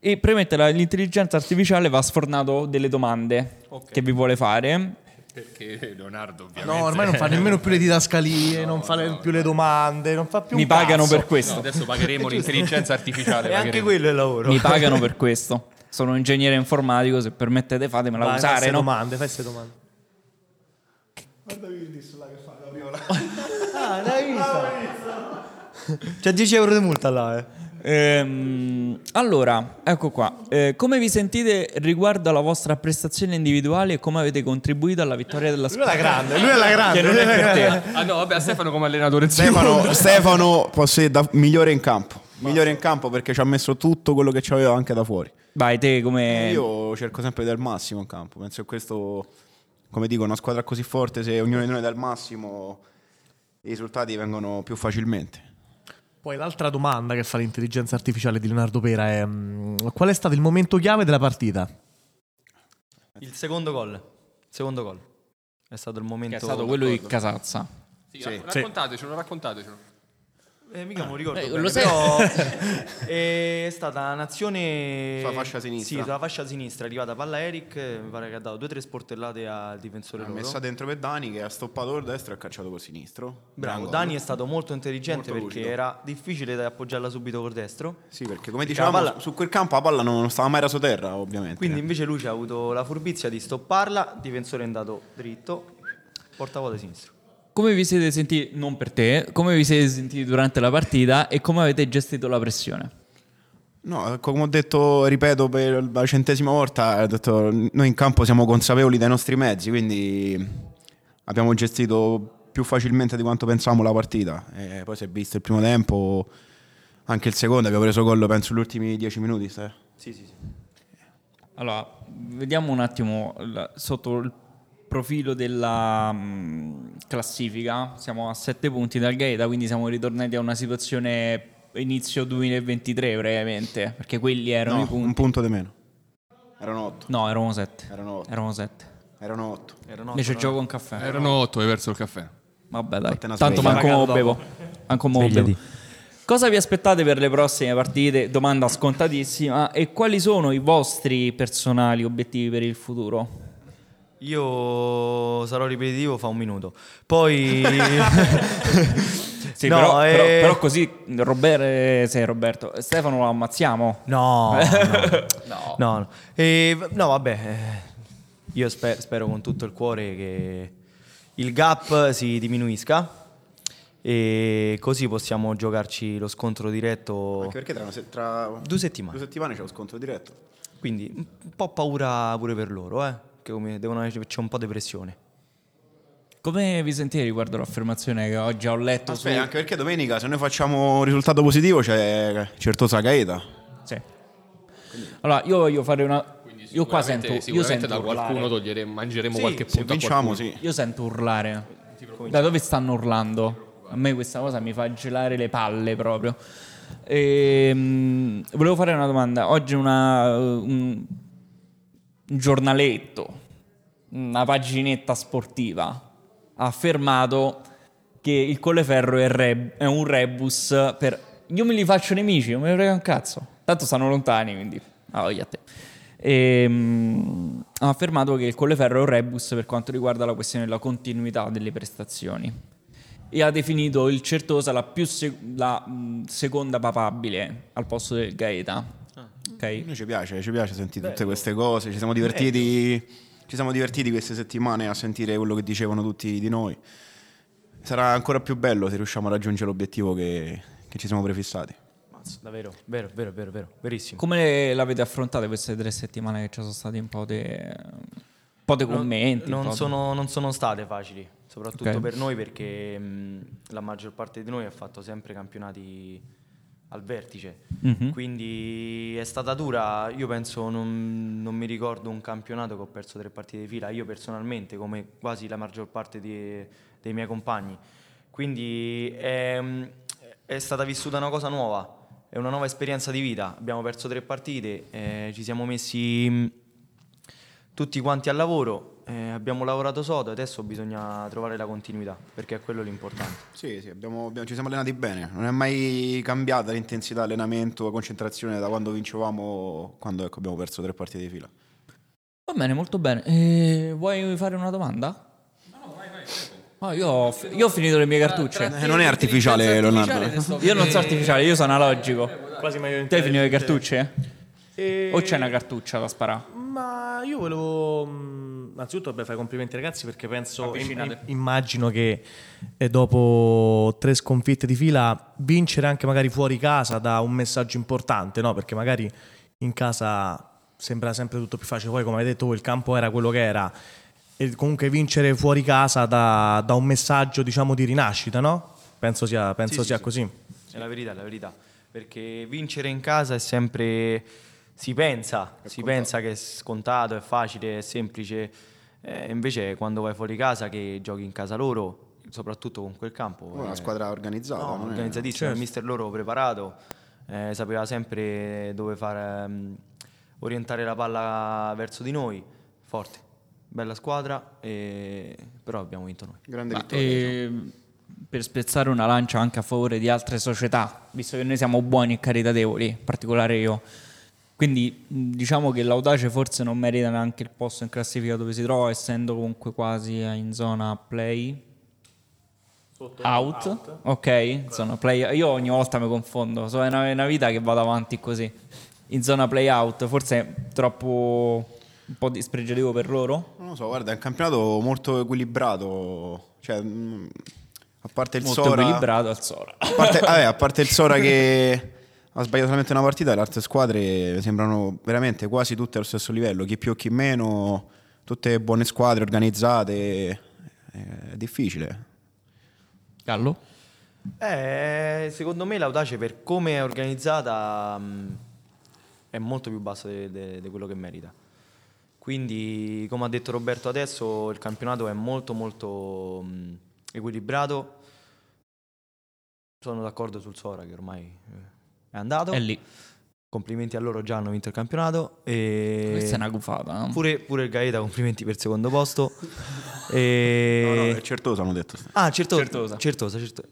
Speaker 2: E praticamente la- l'intelligenza artificiale va sfornato delle domande che vi vuole fare.
Speaker 3: Perché Leonardo
Speaker 2: Ah,
Speaker 3: ovviamente...
Speaker 5: No, ormai non fa nemmeno più le didascalie, non fa le- più le domande, non fa più
Speaker 2: Mi
Speaker 5: un
Speaker 2: pagano
Speaker 5: cazzo.
Speaker 2: per questo.
Speaker 3: adesso pagheremo l'intelligenza artificiale.
Speaker 8: E anche quello è il lavoro.
Speaker 2: Mi pagano per questo. Sono un ingegnere informatico, se permettete fatemela
Speaker 5: Vai, fai
Speaker 2: usare,
Speaker 5: ste
Speaker 2: no?
Speaker 5: domande, fai ste domande.
Speaker 8: Ah, l'hai vista? C'è 10 euro di multa là, eh.
Speaker 2: Ehm, allora, ecco qua. Eh, come vi sentite riguardo alla vostra prestazione individuale e come avete contribuito alla vittoria della squadra? Lui è la grande, lui è la grande. Che non è per te.
Speaker 3: Ah no, vabbè, a Stefano come allenatore
Speaker 9: Stefano, Stefano posso dire, da- migliore in campo. Migliore in campo perché ci ha messo tutto quello che c'aveva anche da fuori.
Speaker 2: Vai, te
Speaker 8: Eh.
Speaker 2: come...
Speaker 9: Io cerco sempre del massimo in campo. Penso che questo, come dico, una squadra così forte, se ognuno di noi dà il massimo, i risultati vengono più facilmente.
Speaker 5: Poi l'altra domanda che fa l'intelligenza artificiale di Leonardo Pera è mm, qual è stato il momento chiave della partita?
Speaker 8: Il secondo gol. Il secondo gol. È stato il momento
Speaker 2: Che è stato quello di Casazza.
Speaker 3: Sì, raccontatecelo, raccontatecelo.
Speaker 8: Eh, mica me lo ricordo.
Speaker 2: Eh,
Speaker 8: bene,
Speaker 2: lo sai-
Speaker 8: però è stata nazione.
Speaker 9: Sulla fascia sinistra.
Speaker 8: Sì, sulla fascia sinistra. È arrivata palla Eric. eh, Mi pare che ha dato due o tre sportellate al difensore
Speaker 9: L'ha
Speaker 8: loro.
Speaker 9: messa dentro per Dani che ha stoppato col destro e ha calciato col sinistro.
Speaker 8: Bravo,
Speaker 9: Gran
Speaker 8: Dani
Speaker 9: gol.
Speaker 8: è stato molto intelligente
Speaker 9: Molto
Speaker 8: perché
Speaker 9: lucido.
Speaker 8: era difficile da appoggiarla subito col destro.
Speaker 9: Sì, perché come
Speaker 8: la
Speaker 9: dicevamo,
Speaker 8: palla-
Speaker 9: su quel campo la palla non stava mai rasoterra, ovviamente.
Speaker 8: Quindi invece lui ci ha avuto la furbizia di stopparla, difensore è andato dritto, portavoce sinistro.
Speaker 2: Come vi siete sentiti, non per te, come vi siete sentiti durante la partita e come avete gestito la pressione?
Speaker 9: No, ecco, come ho detto, ripeto per la centesima volta, ho detto, noi in campo siamo consapevoli dei nostri mezzi, quindi abbiamo gestito più facilmente di quanto pensavamo la partita. E poi si è visto il primo tempo, anche il secondo, abbiamo preso gol penso negli ultimi dieci minuti. sai.
Speaker 8: Sì, sì, sì.
Speaker 2: Allora, vediamo un attimo la- sotto il profilo della mh, classifica. Siamo a 7 punti dal Gaeta, quindi siamo ritornati a una situazione inizio 2023 praticamente, perché quelli erano i
Speaker 9: No,
Speaker 2: punti.
Speaker 9: un punto di meno. Erano otto.
Speaker 2: No, erano 7.
Speaker 9: Erano otto.
Speaker 2: Erano 7.
Speaker 9: Erano otto.
Speaker 8: Erano otto,
Speaker 2: Invece
Speaker 8: no?
Speaker 2: gioco un caffè.
Speaker 3: Erano otto e verso il caffè.
Speaker 2: Vabbè, dai.
Speaker 9: Appena
Speaker 2: Tanto
Speaker 9: sveglia.
Speaker 2: manco mo bevo. Manco mo
Speaker 8: Svegliati.
Speaker 2: bevo. Cosa vi aspettate per le prossime partite? Domanda scontatissima. E quali sono i vostri personali obiettivi per il futuro?
Speaker 8: Io sarò ripetitivo fa un minuto. Poi...
Speaker 2: Sì,
Speaker 8: No,
Speaker 2: però, però-
Speaker 8: eh,
Speaker 2: però così Robert, eh, sì, Roberto, Stefano lo ammazziamo.
Speaker 8: No, no, no, no. E, v- no, vabbè, eh, io spe- spero con tutto il cuore che il gap si diminuisca e così possiamo giocarci lo scontro diretto.
Speaker 9: Anche Boh. perché tra, una se- tra
Speaker 8: Due settimane.
Speaker 9: due settimane c'è lo scontro diretto.
Speaker 8: Quindi un po' paura pure per loro, eh, che come devono averci- c'è un po' di pressione.
Speaker 2: Come vi sentite riguardo l'affermazione che oggi ho letto?
Speaker 9: Aspetta,
Speaker 2: su-
Speaker 9: Cioè, anche perché domenica se noi facciamo un risultato positivo c'è certo Certosa Gaeta.
Speaker 2: Sì. Allora, io voglio fare una. Io qua sento.
Speaker 3: Sicuramente-
Speaker 2: Io
Speaker 3: sicuramente
Speaker 2: sento
Speaker 3: da qualcuno
Speaker 2: urlare.
Speaker 3: toglieremo, mangeremo
Speaker 8: Sì,
Speaker 3: qualche punto.
Speaker 9: Se
Speaker 3: a
Speaker 9: vinciamo,
Speaker 3: qualcuno.
Speaker 9: sì.
Speaker 2: Io sento urlare. Da dove stanno urlando? A me questa cosa mi fa gelare le palle proprio. Ehm, volevo fare una domanda. Oggi una, un un giornaletto, una paginetta sportiva, ha affermato che il Colleferro è, reb- è un rebus per... Io me li faccio nemici, non me ne frega un cazzo. Tanto stanno lontani, quindi... Ah, voglia a te. Ehm, ha affermato che il Colleferro è un rebus per quanto riguarda la questione della continuità delle prestazioni e ha definito il Certosa la, più sec- la, mh, seconda papabile al posto del Gaeta. Ok?
Speaker 9: Noi ci piace, ci piace sentire tutte queste cose, ci siamo divertiti, ci siamo divertiti queste settimane a sentire quello che dicevano tutti di noi. Sarà ancora più bello se riusciamo a raggiungere l'obiettivo che, che ci siamo prefissati.
Speaker 8: Mazzo, davvero, vero, vero, vero, vero, verissimo.
Speaker 2: Come l'avete affrontate queste tre settimane che ci sono stati un po' di un po' di
Speaker 8: Non-
Speaker 2: commenti? un
Speaker 8: Non,
Speaker 2: po' di-
Speaker 8: sono, non sono state facili, soprattutto
Speaker 2: Ok.
Speaker 8: per noi perché mh, la maggior parte di noi ha fatto sempre campionati al vertice.
Speaker 2: Mhm.
Speaker 8: Quindi è stata dura, io penso non, non mi ricordo un campionato che ho perso tre partite di fila, io personalmente come quasi la maggior parte di- dei miei compagni. Quindi è, mm, è stata vissuta una cosa nuova, è una nuova esperienza di vita. Abbiamo perso tre partite, eh, ci siamo messi mm, mh, tutti quanti al lavoro, eh, abbiamo lavorato sodo, adesso bisogna trovare la continuità, perché è quello l'importante.
Speaker 9: Sì, sì, abbiamo- abbiamo- ci siamo allenati bene, non è mai cambiata l'intensità, allenamento, la concentrazione da quando vincevamo, quando ecco, abbiamo perso tre partite di fila.
Speaker 2: Va bene, molto bene. Eh, vuoi fare una domanda? No, io, ho, fi- io ho finito le mie cartucce.
Speaker 9: Eh, non è artificiale Leonardo.
Speaker 2: Io non sono artificiale, io sono analogico.
Speaker 4: Quasi meglio
Speaker 2: Te hai finito le cartucce?
Speaker 4: Eh,
Speaker 2: O c'è una cartuccia da sparare?
Speaker 4: Ma io volevo. mh, Innanzitutto, vabbè, fare complimenti ai ragazzi perché penso.
Speaker 2: Avvicinate.
Speaker 4: im- immagino che eh, dopo tre sconfitte di fila, vincere anche magari fuori casa dà un messaggio importante, no? Perché magari in casa sembra sempre tutto più facile. Poi, come hai detto, voi, il campo era quello che era. E comunque vincere fuori casa dà, dà un messaggio, diciamo, di rinascita, no? Penso sia, penso sia così.
Speaker 8: È la verità, è la verità. Perché vincere in casa è sempre. Si pensa, si pensa che è scontato, è facile, è semplice. Eh, invece, quando vai fuori casa, che giochi in casa loro, soprattutto con quel campo.
Speaker 9: Una
Speaker 8: eh,
Speaker 9: squadra organizzata,
Speaker 8: No,
Speaker 9: non è- certo.
Speaker 8: organizzatissimo, il mister loro preparato, eh, sapeva sempre dove far ehm, orientare la palla verso di noi, forte, bella squadra, e- però abbiamo vinto noi.
Speaker 9: Grande diciamo.
Speaker 2: Ma,
Speaker 9: vittoria.
Speaker 2: eh, per spezzare una lancia anche a favore di altre società, visto che noi siamo buoni e caritatevoli, in particolare io. Quindi mh, diciamo che l'audace forse non merita neanche il posto in classifica dove si trova, essendo comunque quasi eh, in zona play. Out. ok, zona play. Io ogni volta mi confondo, so, è una, è una vita che vado avanti così. In zona play out, forse è troppo un po' dispregiativo per loro.
Speaker 9: Non lo so, guarda, è un campionato molto equilibrato. Cioè, mh, a parte il
Speaker 2: molto
Speaker 9: Sora.
Speaker 2: equilibrato al Sora.
Speaker 9: A parte, vabbè, a parte il Sora che ha sbagliato solamente una partita, le altre squadre sembrano veramente quasi tutte allo stesso livello, chi più chi meno, tutte buone squadre organizzate. eh, È difficile.
Speaker 3: Gallo?
Speaker 8: Eh, secondo me l'audace per come è organizzata mh, è molto più bassa de- de- di quello che merita. Quindi, come ha detto Roberto adesso, il campionato è molto molto mh, equilibrato. Sono d'accordo sul Sora che ormai eh, è andato.
Speaker 2: È lì.
Speaker 8: Complimenti a loro, già hanno vinto il campionato. E
Speaker 2: Questa è una gufata. no?
Speaker 8: pure, pure il Gaeta, complimenti per il secondo posto. E-
Speaker 9: No, no, è certoso hanno detto.
Speaker 8: Ah, certo,
Speaker 2: certo. Certosa.
Speaker 8: certosa. certo-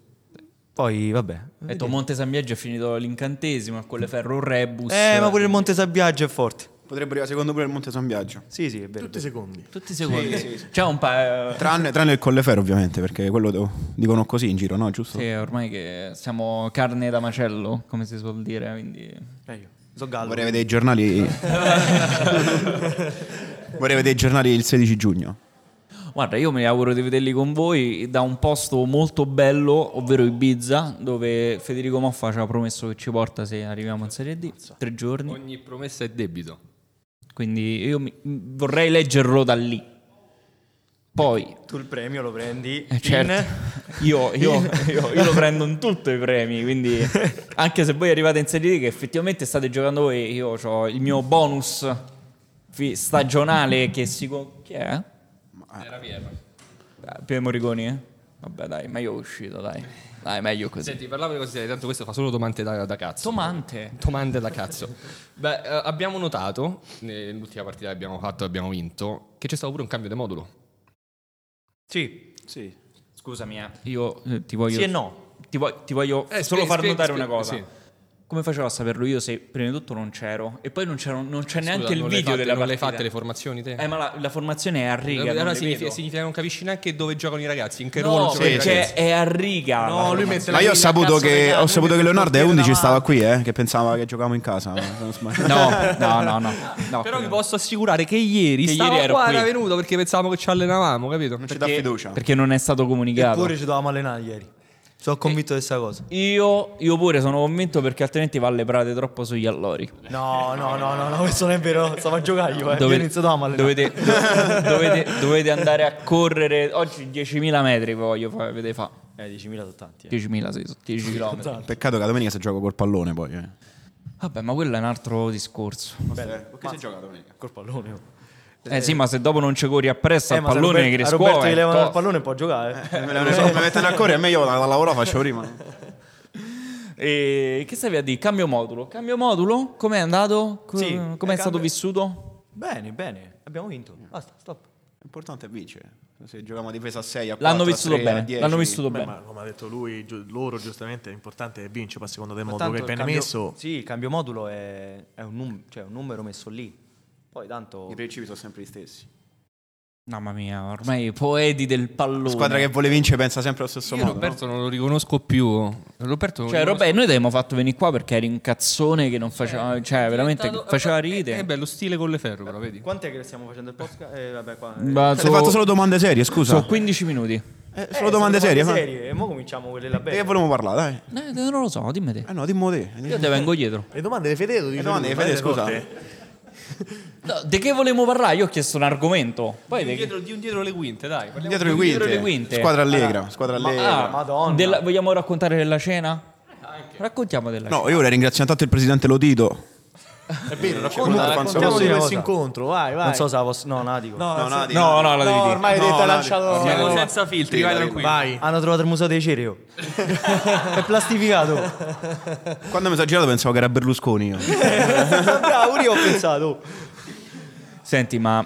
Speaker 8: Poi, vabbè.
Speaker 2: E dopo Monte San Biagio è finito l'incantesimo a quelle ferro rebus.
Speaker 8: Eh, ma pure il Monte Sabbiaggio è forte.
Speaker 9: Potrebbe arrivare secondo pure il Monte San Biagio.
Speaker 8: Sì, sì, è vero.
Speaker 4: Tutti i secondi.
Speaker 2: tutti i secondi. C'è un eh, paio.
Speaker 9: Tranne, tranne il Collefer ovviamente, perché quello de- dicono così in giro, no? Giusto?
Speaker 2: Sì, ormai che siamo carne da macello, come si suol dire, quindi
Speaker 8: Eh, io. So gallo.
Speaker 9: Vorrei vedere i giornali. Vorrei vedere i giornali il 16 giugno.
Speaker 2: Guarda, io mi auguro di vederli con voi da un posto molto bello, ovvero Ibiza, dove Federico Moffa ci ha promesso che ci porta se arriviamo in Serie D, tre giorni.
Speaker 3: Ogni promessa è debito.
Speaker 2: Quindi io mi- m- vorrei leggerlo da lì. Poi,
Speaker 8: Tu il premio lo prendi.
Speaker 2: eh, certo, io, io- io- io lo prendo in tutto i premi, quindi anche se voi arrivate in Serie D che effettivamente state giocando voi, io ho il mio bonus fi- stagionale che si... con- Chi è?
Speaker 3: Era Piero.
Speaker 2: Dai, Piero Morriconi, eh? Vabbè, dai, meglio uscito, dai. Dai, meglio così.
Speaker 3: Senti, parlavo così, tanto questo fa solo domande da, da cazzo.
Speaker 2: Tomante.
Speaker 3: Domande da cazzo. Beh, eh, abbiamo notato, nell'ultima partita che abbiamo fatto e abbiamo vinto, che c'è stato pure un cambio di modulo.
Speaker 8: Sì.
Speaker 2: Scusami, eh, io eh, ti voglio...
Speaker 8: Sì e no.
Speaker 2: Ti, voglio- ti voglio
Speaker 3: Eh,
Speaker 2: solo
Speaker 3: spie-
Speaker 2: far
Speaker 3: spie-
Speaker 2: notare
Speaker 3: spie-
Speaker 2: una cosa.
Speaker 3: sì.
Speaker 2: Come facevo a saperlo io se prima di tutto non c'ero e poi non, c'ero- non c'è neanche
Speaker 3: Scusa,
Speaker 2: il
Speaker 3: non
Speaker 2: video
Speaker 3: le hai fatte-
Speaker 2: della
Speaker 3: Non le hai
Speaker 2: partita.
Speaker 3: fatte le formazioni te?
Speaker 2: Eh, ma la, la formazione è a riga,
Speaker 3: Allora
Speaker 2: non le
Speaker 3: significa,
Speaker 2: vedo.
Speaker 3: significa che non capisci neanche dove giocano i ragazzi, in che ruolo
Speaker 2: No,
Speaker 3: giocano
Speaker 10: cioè,
Speaker 3: i ragazzi.
Speaker 2: perché Cioè, è a riga. la
Speaker 4: No, lui mette
Speaker 9: Ma
Speaker 4: la
Speaker 9: io ho
Speaker 4: linea
Speaker 9: saputo,
Speaker 4: cazzo
Speaker 9: che,
Speaker 4: regale,
Speaker 9: ho saputo
Speaker 4: mette
Speaker 9: che
Speaker 4: il
Speaker 9: Leonardo è
Speaker 4: portiere
Speaker 9: 11
Speaker 4: davanti.
Speaker 9: stava qui, eh, che pensava che giocavamo in casa. ma sono sbagliato.
Speaker 2: No, no, no, no. no
Speaker 3: Però vi posso assicurare che ieri
Speaker 2: Che
Speaker 3: stava
Speaker 2: ieri ero
Speaker 3: qua,
Speaker 2: qui.
Speaker 3: era venuto perché pensavamo che ci allenavamo, capito?
Speaker 9: non ci dà fiducia.
Speaker 2: Perché non è stato comunicato.
Speaker 8: Eppure ci dovevamo allenare ieri. Sono convinto di questa cosa.
Speaker 2: Io, io pure sono convinto perché altrimenti va alle prate troppo sugli allori.
Speaker 8: No, no, no, no, no, questo non è vero. Stavo a giocare Eh, io. Eh.
Speaker 2: Dove-
Speaker 8: Io inizio dovevamo allenare.
Speaker 2: dovete, do- dovete- dovete andare a correre oggi 10.000 metri vi voglio far vedere fa
Speaker 8: Eh, 10.000 sono tanti. eh.
Speaker 2: 10.000 sì, sono 10 km
Speaker 9: Peccato che domenica si gioca col pallone poi. Eh.
Speaker 2: vabbè ma quello è un altro discorso
Speaker 9: Perché si gioca domenica?
Speaker 8: Col pallone. oh.
Speaker 2: eh sì ma se dopo non ci corri appresso
Speaker 8: Eh,
Speaker 2: al
Speaker 8: ma se
Speaker 2: pallone
Speaker 8: Robert-
Speaker 2: che
Speaker 8: a Roberto gli
Speaker 2: riscuove
Speaker 8: levano il
Speaker 2: tosta.
Speaker 8: pallone può giocare. eh.
Speaker 9: Me la mettono a correre, è meglio la, la lavoro faccio prima.
Speaker 2: e che stavi a dire cambio modulo cambio modulo com'è andato Co-
Speaker 8: Sì,
Speaker 2: com'è
Speaker 8: cambio-
Speaker 2: stato vissuto
Speaker 8: Bene, bene. Abbiamo vinto. Basta, stop.
Speaker 9: L'importante è vincere. Se giochiamo a difesa a 6, a 4,
Speaker 2: l'hanno
Speaker 9: a
Speaker 2: vissuto
Speaker 9: 3, a
Speaker 2: bene
Speaker 9: 10.
Speaker 2: l'hanno vissuto
Speaker 4: Beh,
Speaker 2: bene
Speaker 4: ma come ha detto lui, giu- loro giustamente è importante vincere, ma secondo te il modo
Speaker 8: Tanto
Speaker 4: che
Speaker 8: il
Speaker 4: viene
Speaker 8: cambio-
Speaker 4: messo
Speaker 8: Sì, il cambio modulo è, è un, num- cioè, un numero messo lì. Poi tanto...
Speaker 9: I principi sono sempre gli stessi.
Speaker 2: mamma mia ormai i poeti del pallone
Speaker 9: La squadra che vuole vincere pensa sempre allo stesso
Speaker 3: Io
Speaker 9: modo.
Speaker 3: Roberto non lo riconosco più. Roberto non
Speaker 2: cioè
Speaker 3: lo riconosco-
Speaker 2: Robè noi ti abbiamo fatto venire qua perché eri un cazzone che non faceva cioè veramente
Speaker 3: Diventato-
Speaker 2: faceva
Speaker 3: Eh, Eh,
Speaker 2: ridere
Speaker 3: beh, lo stile con le ferro, però, vedi.
Speaker 8: Quant'è che stiamo facendo il podcast? Eh, vabbè, qua...
Speaker 2: Ma
Speaker 9: Avete
Speaker 2: so-
Speaker 9: fatto solo domande serie, scusa.
Speaker 2: so 15 minuti
Speaker 9: Eh,
Speaker 8: Eh,
Speaker 9: solo domande serie. ma-
Speaker 8: serie. E mo cominciamo quelle là
Speaker 9: Di che
Speaker 8: belle.
Speaker 9: volevamo parlare, dai?
Speaker 2: Eh, non lo so, dimmi te.
Speaker 9: Eh no, dimmo te.
Speaker 2: Io te vengo dietro.
Speaker 4: Le domande le Fedele,
Speaker 9: Le domande di Fede, scusa. È
Speaker 2: No, di che volevo parlare? Io ho chiesto un argomento. Poi de-
Speaker 3: Dietro, di un dietro le quinte, dai. parliamo
Speaker 9: Dietro le
Speaker 3: un po'
Speaker 9: quinte.
Speaker 2: le quinte.
Speaker 9: Squadra allegra, squadra allegra.
Speaker 2: Ah,
Speaker 8: Madonna.
Speaker 2: della- vogliamo raccontare della cena? Raccontiamo della cena.
Speaker 9: No, io vorrei ringraziare tanto il presidente Lodito.
Speaker 4: Comunque, raccontiamo di
Speaker 8: una
Speaker 4: questo
Speaker 8: cosa.
Speaker 4: incontro, vai, vai.
Speaker 8: Non so se la posso... No, no, la dico.
Speaker 4: no, no,
Speaker 2: No, no, la devi dire.
Speaker 4: ormai
Speaker 9: No,
Speaker 4: hai detto
Speaker 9: no,
Speaker 4: lanciato
Speaker 3: di- Siamo senza filtri, vai tranquillo.
Speaker 4: Vai.
Speaker 8: Hanno trovato il museo dei ceri, oh. È plastificato.
Speaker 9: Quando mi sono girato pensavo che era Berlusconi. Io.
Speaker 8: Bravo, pure io ho pensato. oh.
Speaker 2: Senti, ma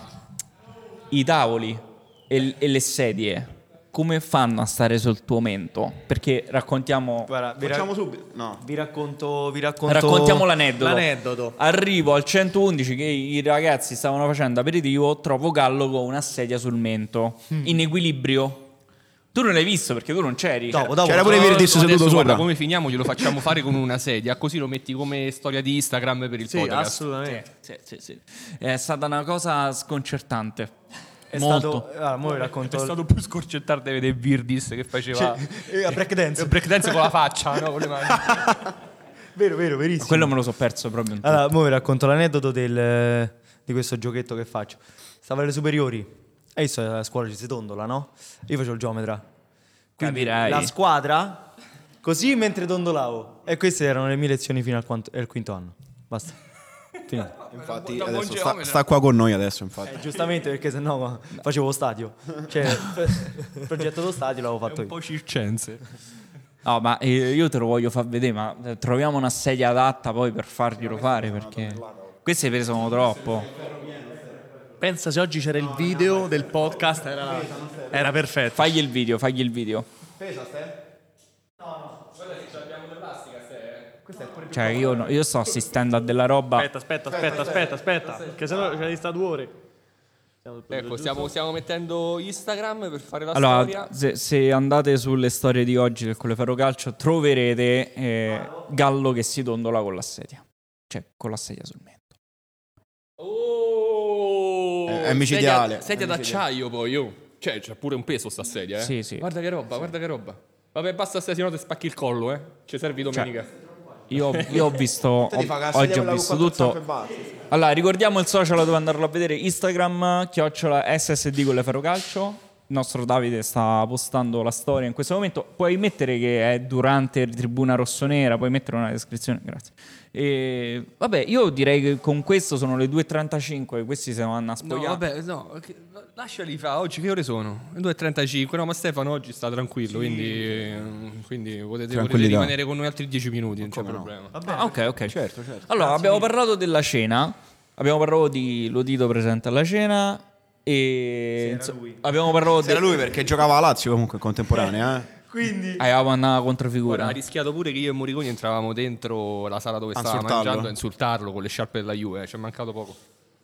Speaker 2: i tavoli e, e le sedie come fanno a stare sul tuo mento? Perché raccontiamo
Speaker 8: Guarda, vi, ra-
Speaker 9: Facciamo subito. No.
Speaker 8: vi racconto, vi racconto...
Speaker 2: Raccontiamo l'aneddoto.
Speaker 4: L'aneddoto.
Speaker 2: Arrivo al 111 che i ragazzi stavano facendo aperitivo, trovo Gallo con una sedia sul mento, in equilibrio. Tu non l'hai visto perché tu non c'eri.
Speaker 8: Dopo, dopo.
Speaker 9: C'era Cioè, pure Virdis
Speaker 3: Adesso,
Speaker 9: seduto
Speaker 3: guarda,
Speaker 9: sopra.
Speaker 3: come finiamo glielo facciamo fare con una sedia, così lo metti come storia di Instagram per il
Speaker 4: Sì,
Speaker 3: podcast.
Speaker 4: assolutamente.
Speaker 2: Sì, cioè, sì, sì. È stata una cosa sconcertante.
Speaker 8: È
Speaker 2: Molto.
Speaker 8: stato... Allora, mo vi racconto...
Speaker 3: È stato più sconcertante vedere Virdis che faceva
Speaker 4: Cioè,
Speaker 8: Eh, a breakdance.
Speaker 3: breakdance con la faccia, no? Con le mani.
Speaker 8: vero, vero, verissimo.
Speaker 2: Quello me lo so perso proprio in tutto.
Speaker 8: Allora, ora vi racconto l'aneddoto del- di questo giochetto che faccio. Stavo alle superiori e io sto a scuola ci si tondola, no? Io facevo il geometra. Quindi
Speaker 2: Capirai.
Speaker 8: la squadra, così mentre dondolavo. E queste erano le mie lezioni fino al, quanto- al quinto anno. Basta. Finito.
Speaker 9: Infatti, adesso sta, sta qua con noi adesso, infatti.
Speaker 8: Eh, giustamente perché sennò ma, facevo lo stadio. Cioè, il progetto dello stadio l'avevo fatto io.
Speaker 3: circense.
Speaker 2: No, ma eh, io te lo voglio far vedere, ma eh, troviamo una sedia adatta poi per farglielo fare perché queste pesano troppo.
Speaker 4: Pensa se oggi c'era il video del podcast, era, era perfetto.
Speaker 2: Fagli il video, fagli il video. Pesa No, no. Guarda se abbiamo le plastiche, Cioè, io, no- io sto assistendo a della roba.
Speaker 4: Aspetta, aspetta, aspetta, aspetta, aspetta, che sennò c'è di sta due ore.
Speaker 3: Ecco, stiamo, stiamo mettendo Instagram per fare la
Speaker 2: Allora,
Speaker 3: storia.
Speaker 2: se, se andate sulle storie di oggi del Colleferro Calcio, troverete eh, Gallo che si dondola con la sedia. Cioè, con la sedia sul mento.
Speaker 3: Oh!
Speaker 9: È- è micidiale.
Speaker 3: Sedia, sedia d'acciaio poi, oh. Cioè, c'è pure un peso sta sedia, eh.
Speaker 2: Sì, sì.
Speaker 3: Guarda che roba, guarda che roba. Vabbè, basta stasera, no, ti spacchi il collo, eh. Ci servi domenica.
Speaker 2: Io, io ho visto,
Speaker 9: Te ti fa
Speaker 2: ho-
Speaker 9: cazzo,
Speaker 2: oggi ho
Speaker 9: quella con
Speaker 2: visto
Speaker 9: quattro zampe
Speaker 2: tutto.
Speaker 9: e basta.
Speaker 2: Allora, ricordiamo il social dove andarlo a vedere: Instagram, chiocciola SSD con le Ferrocalcio. Il nostro Davide sta postando la storia in questo momento. Puoi mettere che è durante il Tribuna Rossonera, puoi mettere una descrizione, grazie. E, vabbè, io direi che con questo sono le 2.35, questi se ne vanno a
Speaker 3: No,
Speaker 2: spogliare.
Speaker 3: vabbè, no, che- lasciali fa. Oggi che ore sono? 2.35. No, ma Stefano oggi sta tranquillo, quindi, eh, quindi potete, potete
Speaker 9: Tranquillità.
Speaker 3: rimanere con noi altri 10 minuti, non c'è problema.
Speaker 2: Ah, ok, ok.
Speaker 9: Certo,
Speaker 2: Allora, abbiamo parlato della cena, abbiamo parlato di Lodito presente alla cena e... inso- Abbiamo parlato
Speaker 3: Eh.
Speaker 2: di...
Speaker 9: Era lui perché giocava a Lazio comunque contemporanea, eh.
Speaker 2: Avevamo una controfigura.
Speaker 3: Guarda, ha rischiato pure che io e Moriconi entravamo dentro la sala dove
Speaker 9: A
Speaker 3: stava
Speaker 9: insultarlo.
Speaker 3: mangiando a insultarlo con le sciarpe della Juve, eh, ci è mancato poco.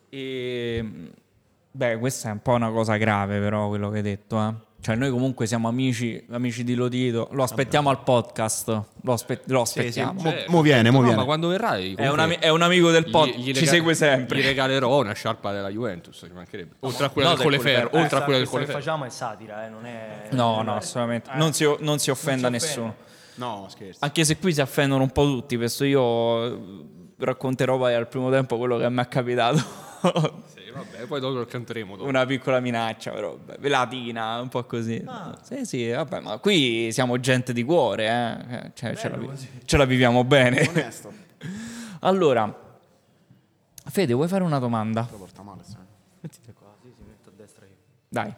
Speaker 2: E, ehm, beh, questa è un po' una cosa grave, però, quello che hai detto. eh. Cioè, noi comunque siamo amici, amici di Lodito. Lo aspettiamo al podcast. Lo, aspe- lo aspettiamo.
Speaker 9: Mo, mo viene,
Speaker 3: Eh, Certo. No,
Speaker 9: mo viene.
Speaker 3: ma quando verrai?
Speaker 2: È, un ami-
Speaker 3: comunque,
Speaker 2: è un amico del
Speaker 3: gli-
Speaker 2: podcast.
Speaker 3: gli
Speaker 2: Ci
Speaker 3: rega-
Speaker 2: segue sempre.
Speaker 3: Gli regalerò una sciarpa della Juventus, ci mancherebbe. Oltre a quella
Speaker 2: no,
Speaker 3: del
Speaker 2: del
Speaker 3: Colleferro,
Speaker 2: Colleferro.
Speaker 3: oltre a quella del
Speaker 8: Questo che
Speaker 3: Colleferro.
Speaker 8: facciamo è satira, eh, non è...
Speaker 2: No, no, assolutamente. Non si, non si offenda nessuno.
Speaker 9: No, scherzo.
Speaker 2: Anche se qui si offendono un po' tutti. Questo io eh, racconterò poi al primo tempo quello che mi è capitato.
Speaker 3: Sì, Eh, vabbè, poi dopo lo canteremo. dopo.
Speaker 2: una piccola minaccia, però beh, velatina, un po' così. Sì, sì, vabbè, ma qui siamo gente di cuore, eh. Eh, cioè, ce, la, vi- ce la viviamo bene. allora, Fede, vuoi fare una domanda? Dai.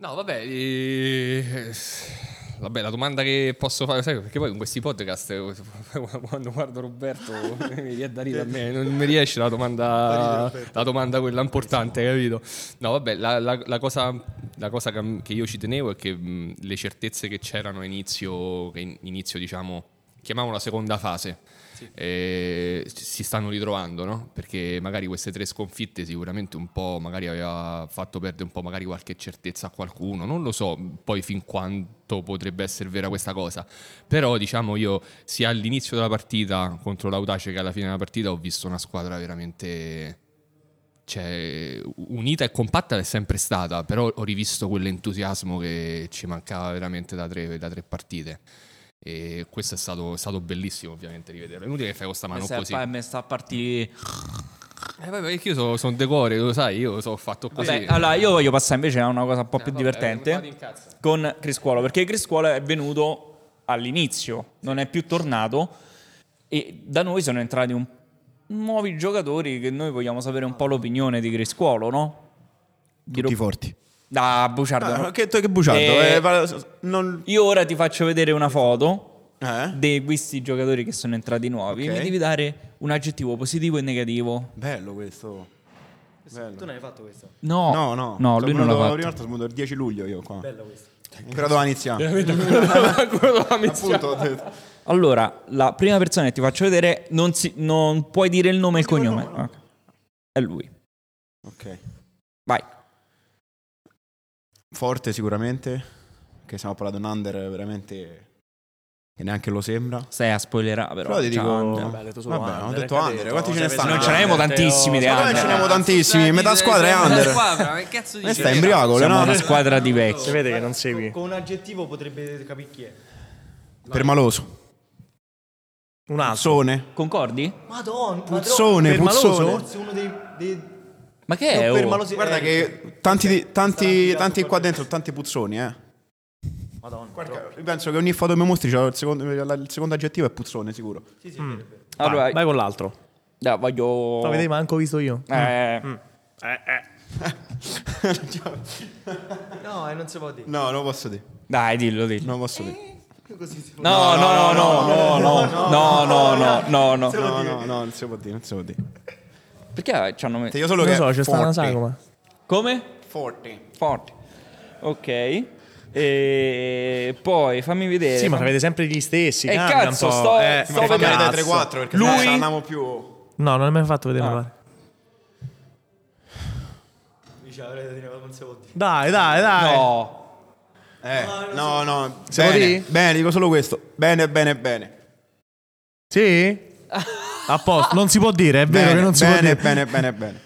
Speaker 3: No, vabbè, eh, vabbè, la domanda che posso fare, sai, perché poi con questi podcast eh, quando guardo Roberto mi viene da ridere a me, non mi riesce la domanda, la domanda quella importante, capito? No, vabbè, la, la- la cosa, la cosa che che io ci tenevo è che mh, le certezze che c'erano a inizio, che in- inizio diciamo, chiamavano la seconda fase. eh, si stanno ritrovando no? perché magari queste tre sconfitte sicuramente un po' magari aveva fatto perdere un po' magari qualche certezza a qualcuno non lo so poi fin quanto potrebbe essere vera questa cosa però diciamo io sia all'inizio della partita contro l'Audace che alla fine della partita ho visto una squadra veramente cioè, unita e compatta è sempre stata, però ho rivisto quell'entusiasmo che ci mancava veramente da tre, da tre partite. E questo è stato, è stato bellissimo, ovviamente, rivederlo. È inutile che fai con sta mano
Speaker 2: Questa è-
Speaker 3: così.
Speaker 2: poi mi sta a partire...
Speaker 3: Eh, vabbè, perché io sono decore, lo sai, io sono fatto
Speaker 9: Ah,
Speaker 3: così.
Speaker 2: Vabbè, allora io voglio passare invece a una cosa un po' più
Speaker 3: Eh, vabbè, vado in
Speaker 2: divertente
Speaker 3: cazzo.
Speaker 2: con Criscuolo, perché Criscuolo è venuto all'inizio, non è più tornato e da noi sono entrati un- nuovi giocatori che noi vogliamo sapere un po' l'opinione di Criscuolo, no?
Speaker 9: Tutti forti.
Speaker 2: Da Buciardo. no?
Speaker 9: Ah, che, che bugiardo.
Speaker 2: Eh,
Speaker 9: eh, va- non...
Speaker 2: Io ora ti faccio vedere una foto
Speaker 9: eh?
Speaker 2: di questi giocatori che sono entrati nuovi
Speaker 9: Ok.
Speaker 2: e mi devi dare un aggettivo positivo e negativo.
Speaker 9: Bello questo.
Speaker 8: Tu non hai fatto questo.
Speaker 2: No,
Speaker 9: No, Cioè, no.
Speaker 2: Oh. lui non l'ha fatto.
Speaker 9: La prima volta sono venuto il 10 luglio io qua. Però doveva iniziare. Appunto, ho detto.
Speaker 2: Allora, la prima persona che ti faccio vedere non, si- non puoi dire il nome e il cognome. Ok. È lui.
Speaker 9: Ok.
Speaker 2: Vai.
Speaker 9: Forte sicuramente, che stiamo parlando di un under veramente che neanche lo sembra.
Speaker 2: Stai a spoilerare però.
Speaker 9: Però ti
Speaker 2: Ciao,
Speaker 9: dico...
Speaker 2: Andre.
Speaker 9: Vabbè,
Speaker 5: Vabbè, hai detto solo
Speaker 9: Vabbè, ho
Speaker 5: under,
Speaker 9: detto
Speaker 5: che ha
Speaker 9: under.
Speaker 5: detto?
Speaker 9: Quanti ce ne
Speaker 5: Cioè,
Speaker 9: stanno?
Speaker 5: penso-
Speaker 2: Non ce n'abbiamo tantissimi di
Speaker 9: Ma noi
Speaker 2: under.
Speaker 9: ce n'abbiamo tantissimi, metà squadra è under.
Speaker 10: Squadra, che cazzo dici?
Speaker 9: Questa è embriaco,
Speaker 2: Siamo
Speaker 9: Leonardo.
Speaker 2: una squadra di
Speaker 4: Si
Speaker 2: vecchi.
Speaker 4: vede che non segui.
Speaker 8: Con un aggettivo potrebbe capire chi è.
Speaker 9: Permaloso.
Speaker 4: Un altro.
Speaker 9: Sone.
Speaker 2: Concordi?
Speaker 8: Madonna,
Speaker 9: Puzzone, puzzone.
Speaker 8: Forse uno dei... dei...
Speaker 2: Ma che è?
Speaker 8: no,
Speaker 2: oh?
Speaker 8: Permalosi-
Speaker 9: Guarda
Speaker 8: eh,
Speaker 9: che tanti, di- tanti, tanti qua dentro, tanti puzzoni, eh.
Speaker 8: Madonna.
Speaker 9: Io penso che ogni foto che mi mostri c'ha il secondo, la- il secondo aggettivo è puzzone, sicuro.
Speaker 2: Allora, Oh.
Speaker 4: Vai con l'altro.
Speaker 2: dai, voglio...
Speaker 4: Lo vedi, manco visto io.
Speaker 2: Eh,
Speaker 8: No, eh, non si può dire.
Speaker 9: No, non lo posso dire.
Speaker 2: Dai, dillo, dillo.
Speaker 9: Non lo posso dire.
Speaker 2: No, no, no, no, no, no, no, no, no, no.
Speaker 9: No, no, no, Eh? non si può dire, non si può dire.
Speaker 2: Perché ci hanno messo...
Speaker 9: Io solo
Speaker 4: Non
Speaker 9: che
Speaker 4: so, c'è stata una
Speaker 9: forte.
Speaker 4: sagoma.
Speaker 2: Come?
Speaker 9: Forte.
Speaker 2: Forti. Ok. E poi fammi vedere.
Speaker 4: Sì, ma avete sempre gli stessi.
Speaker 2: Eh,
Speaker 4: cambia un
Speaker 2: cazzo,
Speaker 4: po'.
Speaker 2: sto-
Speaker 4: Eh,
Speaker 2: sto
Speaker 9: Ma fammi
Speaker 2: vedendo.
Speaker 9: vedere 3-4 perché
Speaker 2: Lui-
Speaker 9: non ce l'andiamo più.
Speaker 4: No, non l'hai mai fatto vedere.
Speaker 2: Ah.
Speaker 4: mi pare.
Speaker 8: Dice, avrei detto, non si può dire.
Speaker 4: Dai, dai, dai.
Speaker 2: No.
Speaker 9: Eh, no, no.
Speaker 4: Se lo
Speaker 9: bene,
Speaker 4: di?
Speaker 9: bene, dico solo questo. Bene, bene, bene.
Speaker 4: Sì? A posto. Non si può dire, è vero
Speaker 9: Bene,
Speaker 4: che non si può
Speaker 9: bene,
Speaker 4: dire.
Speaker 9: bene, bene, bene.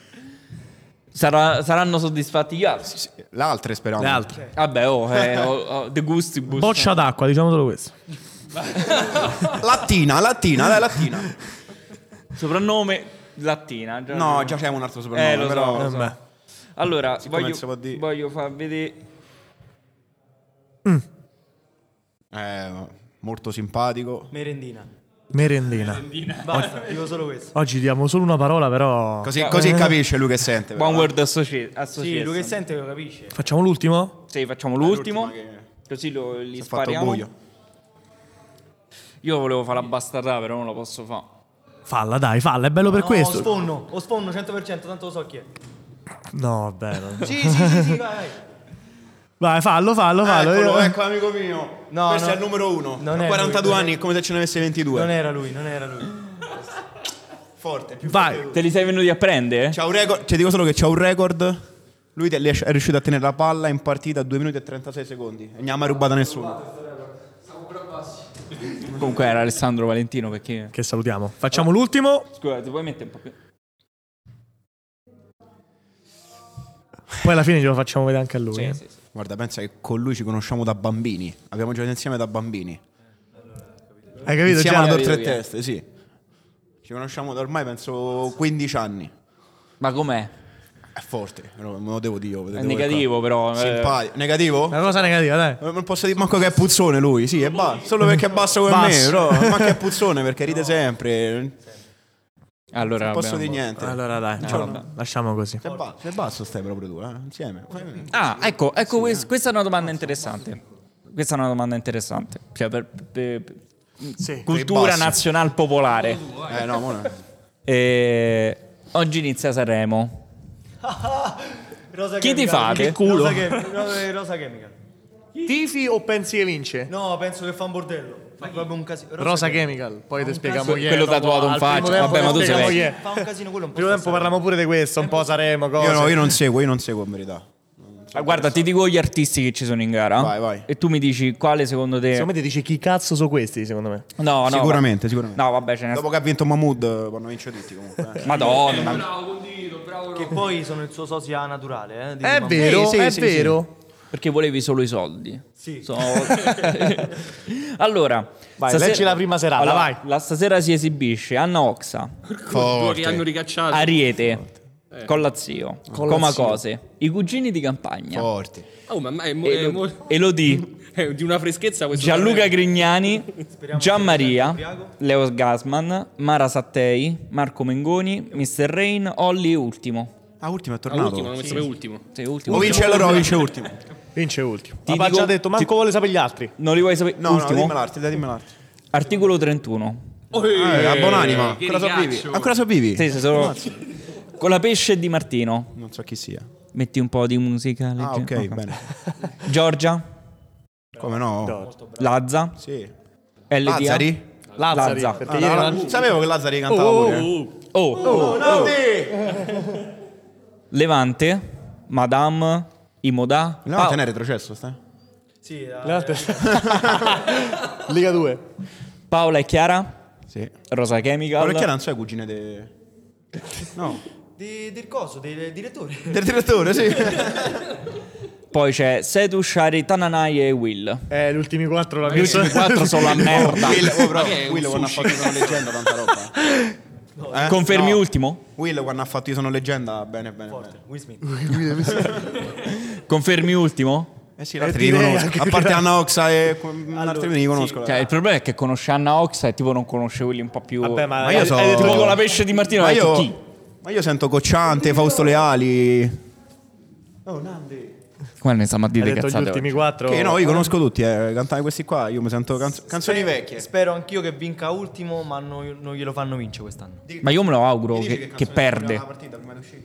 Speaker 2: Sarà- saranno soddisfatti gli altri.
Speaker 9: Sì, L'altra speriamo.
Speaker 4: Le altre.
Speaker 2: Vabbè, oh, eh, oh, oh, The Gustibus.
Speaker 4: Boccia d'acqua, diciamo solo questo.
Speaker 9: Lattina, Lattina, dai, Lattina.
Speaker 2: Soprannome Lattina. già-
Speaker 9: No, già c'è un altro soprannome,
Speaker 2: Eh, lo so,
Speaker 9: però
Speaker 2: lo so.
Speaker 4: Vabbè.
Speaker 2: Allora,
Speaker 9: Siccome non si può
Speaker 2: voglio,
Speaker 9: dire.
Speaker 2: voglio far vedere.
Speaker 9: Eh, molto simpatico.
Speaker 8: Merendina.
Speaker 4: Merendina.
Speaker 8: Basta, dico solo questo.
Speaker 4: Oggi diamo solo una parola, però.
Speaker 9: Così, così capisce lui che sente. però.
Speaker 2: One Word Associ- Association.
Speaker 8: Sì, lui che sente lo capisce.
Speaker 4: Facciamo l'ultimo?
Speaker 2: Sì, facciamo l'ultimo.
Speaker 9: L'ultima che
Speaker 2: Così lo, li
Speaker 9: Si è fatto
Speaker 2: spariamo.
Speaker 9: buio.
Speaker 2: Io volevo fare la bastarda, però non la posso fare.
Speaker 4: Falla, dai, falla, è bello per
Speaker 8: No,
Speaker 4: questo.
Speaker 8: O sfonno, o sfonno 100%, tanto lo so chi è.
Speaker 4: No, vabbè. no.
Speaker 8: Sì, sì, sì, sì, vai, vai.
Speaker 4: Vai, fallo, fallo, fallo. eh.
Speaker 9: Eccolo,
Speaker 4: Io-
Speaker 9: ecco amico mio.
Speaker 8: No,
Speaker 9: Questo
Speaker 8: no.
Speaker 9: è il numero uno.
Speaker 8: Non
Speaker 9: Ha
Speaker 8: è
Speaker 9: 42
Speaker 8: lui, non
Speaker 9: anni, è come se ce ne avesse 22.
Speaker 8: Non era lui, non era lui.
Speaker 9: Forte, più
Speaker 4: Vai.
Speaker 9: forte di lui.
Speaker 2: Te li sei venuti a prendere?
Speaker 9: C'ha un record, cioè dico solo che c'ha un record. Lui te- è riuscito a tenere la palla in partita a 2 minuti e 36 secondi. E non gli ha mai rubata nessuno.
Speaker 2: Comunque era Alessandro Valentino perché.
Speaker 4: Che salutiamo. Facciamo l'ultimo,
Speaker 2: Scusa, ti puoi mettere un po' più.
Speaker 4: poi alla fine glielo facciamo vedere anche a lui. eh.
Speaker 9: Guarda, pensa che con lui ci conosciamo da bambini. Abbiamo giocato insieme da bambini.
Speaker 4: Hai capito?
Speaker 9: Insieme
Speaker 4: Già?
Speaker 9: alla
Speaker 2: capito,
Speaker 9: Tre
Speaker 2: capito.
Speaker 9: Teste, sì. Ci conosciamo da ormai penso 15 anni.
Speaker 2: Ma com'è?
Speaker 9: È forte, no, me lo devo dire. lo devo
Speaker 2: È
Speaker 9: dire
Speaker 2: negativo,
Speaker 9: qua.
Speaker 2: però. eh.
Speaker 9: Simpatico. Negativo?
Speaker 4: Una cosa negativa, dai.
Speaker 9: Non posso dire manco che è puzzone lui, sì, è basso. Solo perché è basso come me,
Speaker 4: Basso.
Speaker 9: però. Manco è puzzone perché ride sempre. Non
Speaker 2: Allora,
Speaker 9: posso
Speaker 2: abbiamo-
Speaker 9: dire niente.
Speaker 4: Allora, dai, lasciamo così.
Speaker 9: Sei basso, sei basso stai proprio tu, eh? Insieme.
Speaker 2: Ah, ecco, ecco quest- questa è una domanda interessante. Questa è una domanda interessante. Cioè, per, per- per- cultura
Speaker 9: bassi.
Speaker 2: nazional popolare.
Speaker 9: Eh no, mo no.
Speaker 2: Eh, oggi inizia Sanremo.
Speaker 8: Rosa
Speaker 2: Chi ti
Speaker 8: Chemical,
Speaker 2: fate?
Speaker 8: Che
Speaker 2: culo.
Speaker 8: Rosa, Chemi- Rosa- Rosa Chemical.
Speaker 4: Tifi o pensi che vince?
Speaker 8: No, penso che fa un bordello. Fa proprio un casino.
Speaker 4: Rosa Chemical, poi ti spieghiamo chi è.
Speaker 2: Quello
Speaker 4: dopo,
Speaker 2: tatuato in
Speaker 4: al primo
Speaker 2: faccia.
Speaker 4: tempo
Speaker 2: Vabbè,
Speaker 4: ti
Speaker 2: ma tu
Speaker 4: spieghiamo
Speaker 2: sei
Speaker 4: chi è.
Speaker 8: Fa un casino quello un
Speaker 4: Al
Speaker 8: po'.
Speaker 4: primo tempo parliamo pure di questo, un po' saremo cose.
Speaker 9: Io, no, io non seguo, io non seguo in verità.
Speaker 2: Ah, guarda, ti dico gli artisti che ci sono in gara.
Speaker 9: Vai, vai.
Speaker 2: E tu mi dici quale secondo te.
Speaker 4: Secondo me ti dici chi cazzo sono questi, secondo me.
Speaker 2: No, no.
Speaker 9: Sicuramente,
Speaker 2: va-
Speaker 9: sicuramente.
Speaker 2: No, vabbè, ce ne
Speaker 9: Dopo che ha vinto Mahmood eh, vanno a vincere tutti comunque. eh.
Speaker 2: Madonna.
Speaker 8: Che poi sono il suo sosia naturale, eh. di
Speaker 4: È
Speaker 8: mamma.
Speaker 4: vero,
Speaker 9: sì,
Speaker 4: è
Speaker 9: sì,
Speaker 4: vero.
Speaker 2: Perché volevi solo i soldi.
Speaker 8: Sì.
Speaker 2: Sono- allora,
Speaker 4: Vai, leggi la prima serata,
Speaker 2: Allora,
Speaker 4: vai.
Speaker 2: La stasera si esibisce Anna Oxa,
Speaker 10: Due che hanno
Speaker 9: Forte.
Speaker 10: ricacciato. Eh.
Speaker 2: Ariete, Collazio, Comacose, i cugini di campagna,
Speaker 9: Forte.
Speaker 10: Oh, ma ma è, mo- è
Speaker 2: Elodie,
Speaker 10: mo-
Speaker 2: Elodie,
Speaker 10: è Eh, di una freschezza questo.
Speaker 2: Gianluca Grignani, Gianmaria, Leo Gasman, Mara Sattei, Marco Mengoni, Mr. Rain, Olli e Ultimo.
Speaker 9: Ah, ultimo è
Speaker 10: Ah,
Speaker 9: tornato.
Speaker 10: ultimo, l'hanno messo per ultimo.
Speaker 2: Sì, ultimo.
Speaker 9: o vince allora o vince ultimo.
Speaker 4: Vince ultimo.
Speaker 2: Ti
Speaker 4: Ma ha
Speaker 2: dico-
Speaker 4: già detto, manco vuole sapere gli altri.
Speaker 2: Non li vuoi sapere?
Speaker 9: No, no,
Speaker 2: ultimo.
Speaker 9: dimmelo l'arte, dai, dimmelo l'arte.
Speaker 2: Articolo 31.
Speaker 10: Oh, eh,
Speaker 9: Eh, a buonanima.
Speaker 10: che
Speaker 9: Ancora sopravvivi.
Speaker 10: ricaccio.
Speaker 9: Ancora sopravvivi?
Speaker 2: Sì, sì,
Speaker 9: Ah,
Speaker 2: sono- Con la pesce di Martino.
Speaker 9: Non so chi sia.
Speaker 2: Metti un po' di musica.
Speaker 9: Ah,
Speaker 2: legge-
Speaker 9: ok, bene.
Speaker 2: Giorgia,
Speaker 9: Come no?
Speaker 2: Lazza.
Speaker 9: Sì.
Speaker 2: LDA.
Speaker 9: Lazzari?
Speaker 2: Lazzari,
Speaker 5: Lazza.
Speaker 2: perché
Speaker 9: Ah, no, no, non sapevo che Lazzari cantava pure.
Speaker 2: Oh,
Speaker 9: Oh, no, te!
Speaker 2: Levante, Madame, Imoda.
Speaker 9: No,
Speaker 2: Pau-
Speaker 9: te ne è retrocesso, sta?
Speaker 8: Sì,
Speaker 5: Liga 2.
Speaker 2: Paola e Chiara,
Speaker 9: Sì.
Speaker 2: Rosa Chemical.
Speaker 9: Perché non sei cugine de... No.
Speaker 8: Di- del coso, del direttore.
Speaker 9: Del direttore, sì.
Speaker 2: Poi c'è Setu, Shari, Tananai e Will.
Speaker 4: Eh, gli ultimi quattro la
Speaker 2: Gli ultimi quattro sono la merda.
Speaker 9: Will, oh, bro,
Speaker 10: Ma che è un
Speaker 9: Will quando ha fatto Io sono leggenda, tanta roba. Eh?
Speaker 2: Confermi
Speaker 9: No.
Speaker 2: ultimo?
Speaker 9: Will quando ha fatto Io sono leggenda, bene, bene, bene.
Speaker 8: Will Smith.
Speaker 2: Confermi ultimo?
Speaker 9: Eh sì, gli altri li conosco. A parte Anna Oxa e altri li conosco.
Speaker 2: Cioè, il problema è che conosce Anna Oxa e tipo non conosce quelli un po' più...
Speaker 4: Vabbè, ma,
Speaker 9: Ma io so...
Speaker 2: Tipo con la pesce di Martino,
Speaker 9: ma,
Speaker 2: ha detto
Speaker 9: io...
Speaker 2: chi?
Speaker 9: ma io sento Cocciante, Fausto Leali.
Speaker 2: Qua ne stiamo a
Speaker 4: hai
Speaker 2: dire
Speaker 4: detto gli
Speaker 2: cazzate
Speaker 4: ultimi
Speaker 2: oggi.
Speaker 4: quattro.
Speaker 9: Che no, io conosco tutti, eh. Cantare questi qua, io mi sento canz- canzoni vecchie.
Speaker 8: Spero anch'io che vinca ultimo, ma non, non glielo fanno vincere quest'anno.
Speaker 2: Ma io me lo auguro
Speaker 9: Mi dici
Speaker 2: che, che
Speaker 9: canzone
Speaker 2: perde.
Speaker 9: la partita prima di uscire?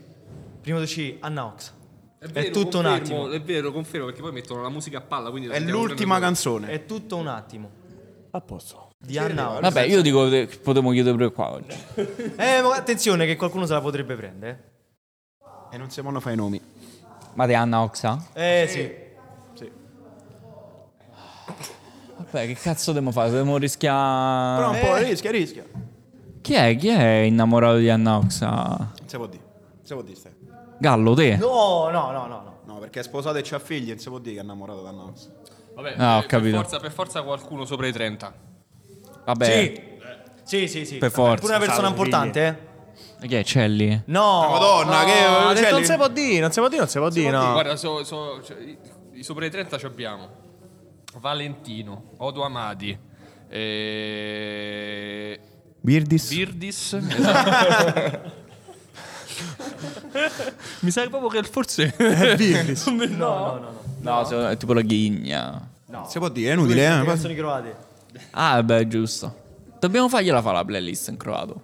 Speaker 8: Primo C, Anna Ox. È,
Speaker 10: vero,
Speaker 8: tutto un
Speaker 10: confermo,
Speaker 8: attimo.
Speaker 10: È vero, confermo perché poi mettono la musica a palla. Quindi la
Speaker 9: È
Speaker 10: sentiamo
Speaker 9: l'ultima Eh,
Speaker 10: sempre
Speaker 9: canzone.
Speaker 8: È tutto un attimo.
Speaker 5: A posto.
Speaker 8: Di Anna Ox.
Speaker 2: Vabbè, io dico che potremmo chiudere pure qua oggi.
Speaker 8: Eh, ma attenzione che qualcuno se la potrebbe prendere.
Speaker 9: E non si vanno a fare i nomi.
Speaker 2: Ma di Anna Oxa?
Speaker 8: Eh Eh, sì.
Speaker 2: Vabbè, che cazzo dobbiamo fare? Dobbiamo rischiare...
Speaker 9: Però un po' rischia, rischia.
Speaker 2: Chi è? Chi è innamorato di Anna Oxa?
Speaker 9: Non si può dire. Non si può dire, stai.
Speaker 2: Gallo, te?
Speaker 8: No, no, no, no. no.
Speaker 9: No, perché è sposato e c'ha figli, non si può dire che è innamorato da Nox.
Speaker 10: con- Vabbè,
Speaker 2: Ah, ho
Speaker 10: per-
Speaker 2: capito.
Speaker 10: Per forza, per forza qualcuno sopra i 30.
Speaker 2: Vabbè,
Speaker 8: Sì, sì, sì.
Speaker 2: Per
Speaker 8: Vabbè,
Speaker 2: forza.
Speaker 8: Pure una persona importante, eh?
Speaker 2: chi è Celli?
Speaker 8: No.
Speaker 9: Madonna,
Speaker 8: no,
Speaker 9: che-
Speaker 8: ha detto
Speaker 9: cioè,
Speaker 8: non
Speaker 9: li-
Speaker 8: si può dire.
Speaker 4: Sì, Ah, non si può dire, non si può dire, no.
Speaker 10: Guarda, so- so- cioè, i- i sopra i 30 ci abbiamo Valentino, Oh, Odo Amadi, eh,
Speaker 9: Birdis.
Speaker 10: Birdis. esatto. Mi sa proprio che forse
Speaker 8: No, no, no. no.
Speaker 2: No, secondo- è tipo la ghigna.
Speaker 9: si può dire, è inutile, eh.
Speaker 8: Le canzoni croate.
Speaker 2: Ah, beh, giusto. Dobbiamo fargliela fare la playlist in croato.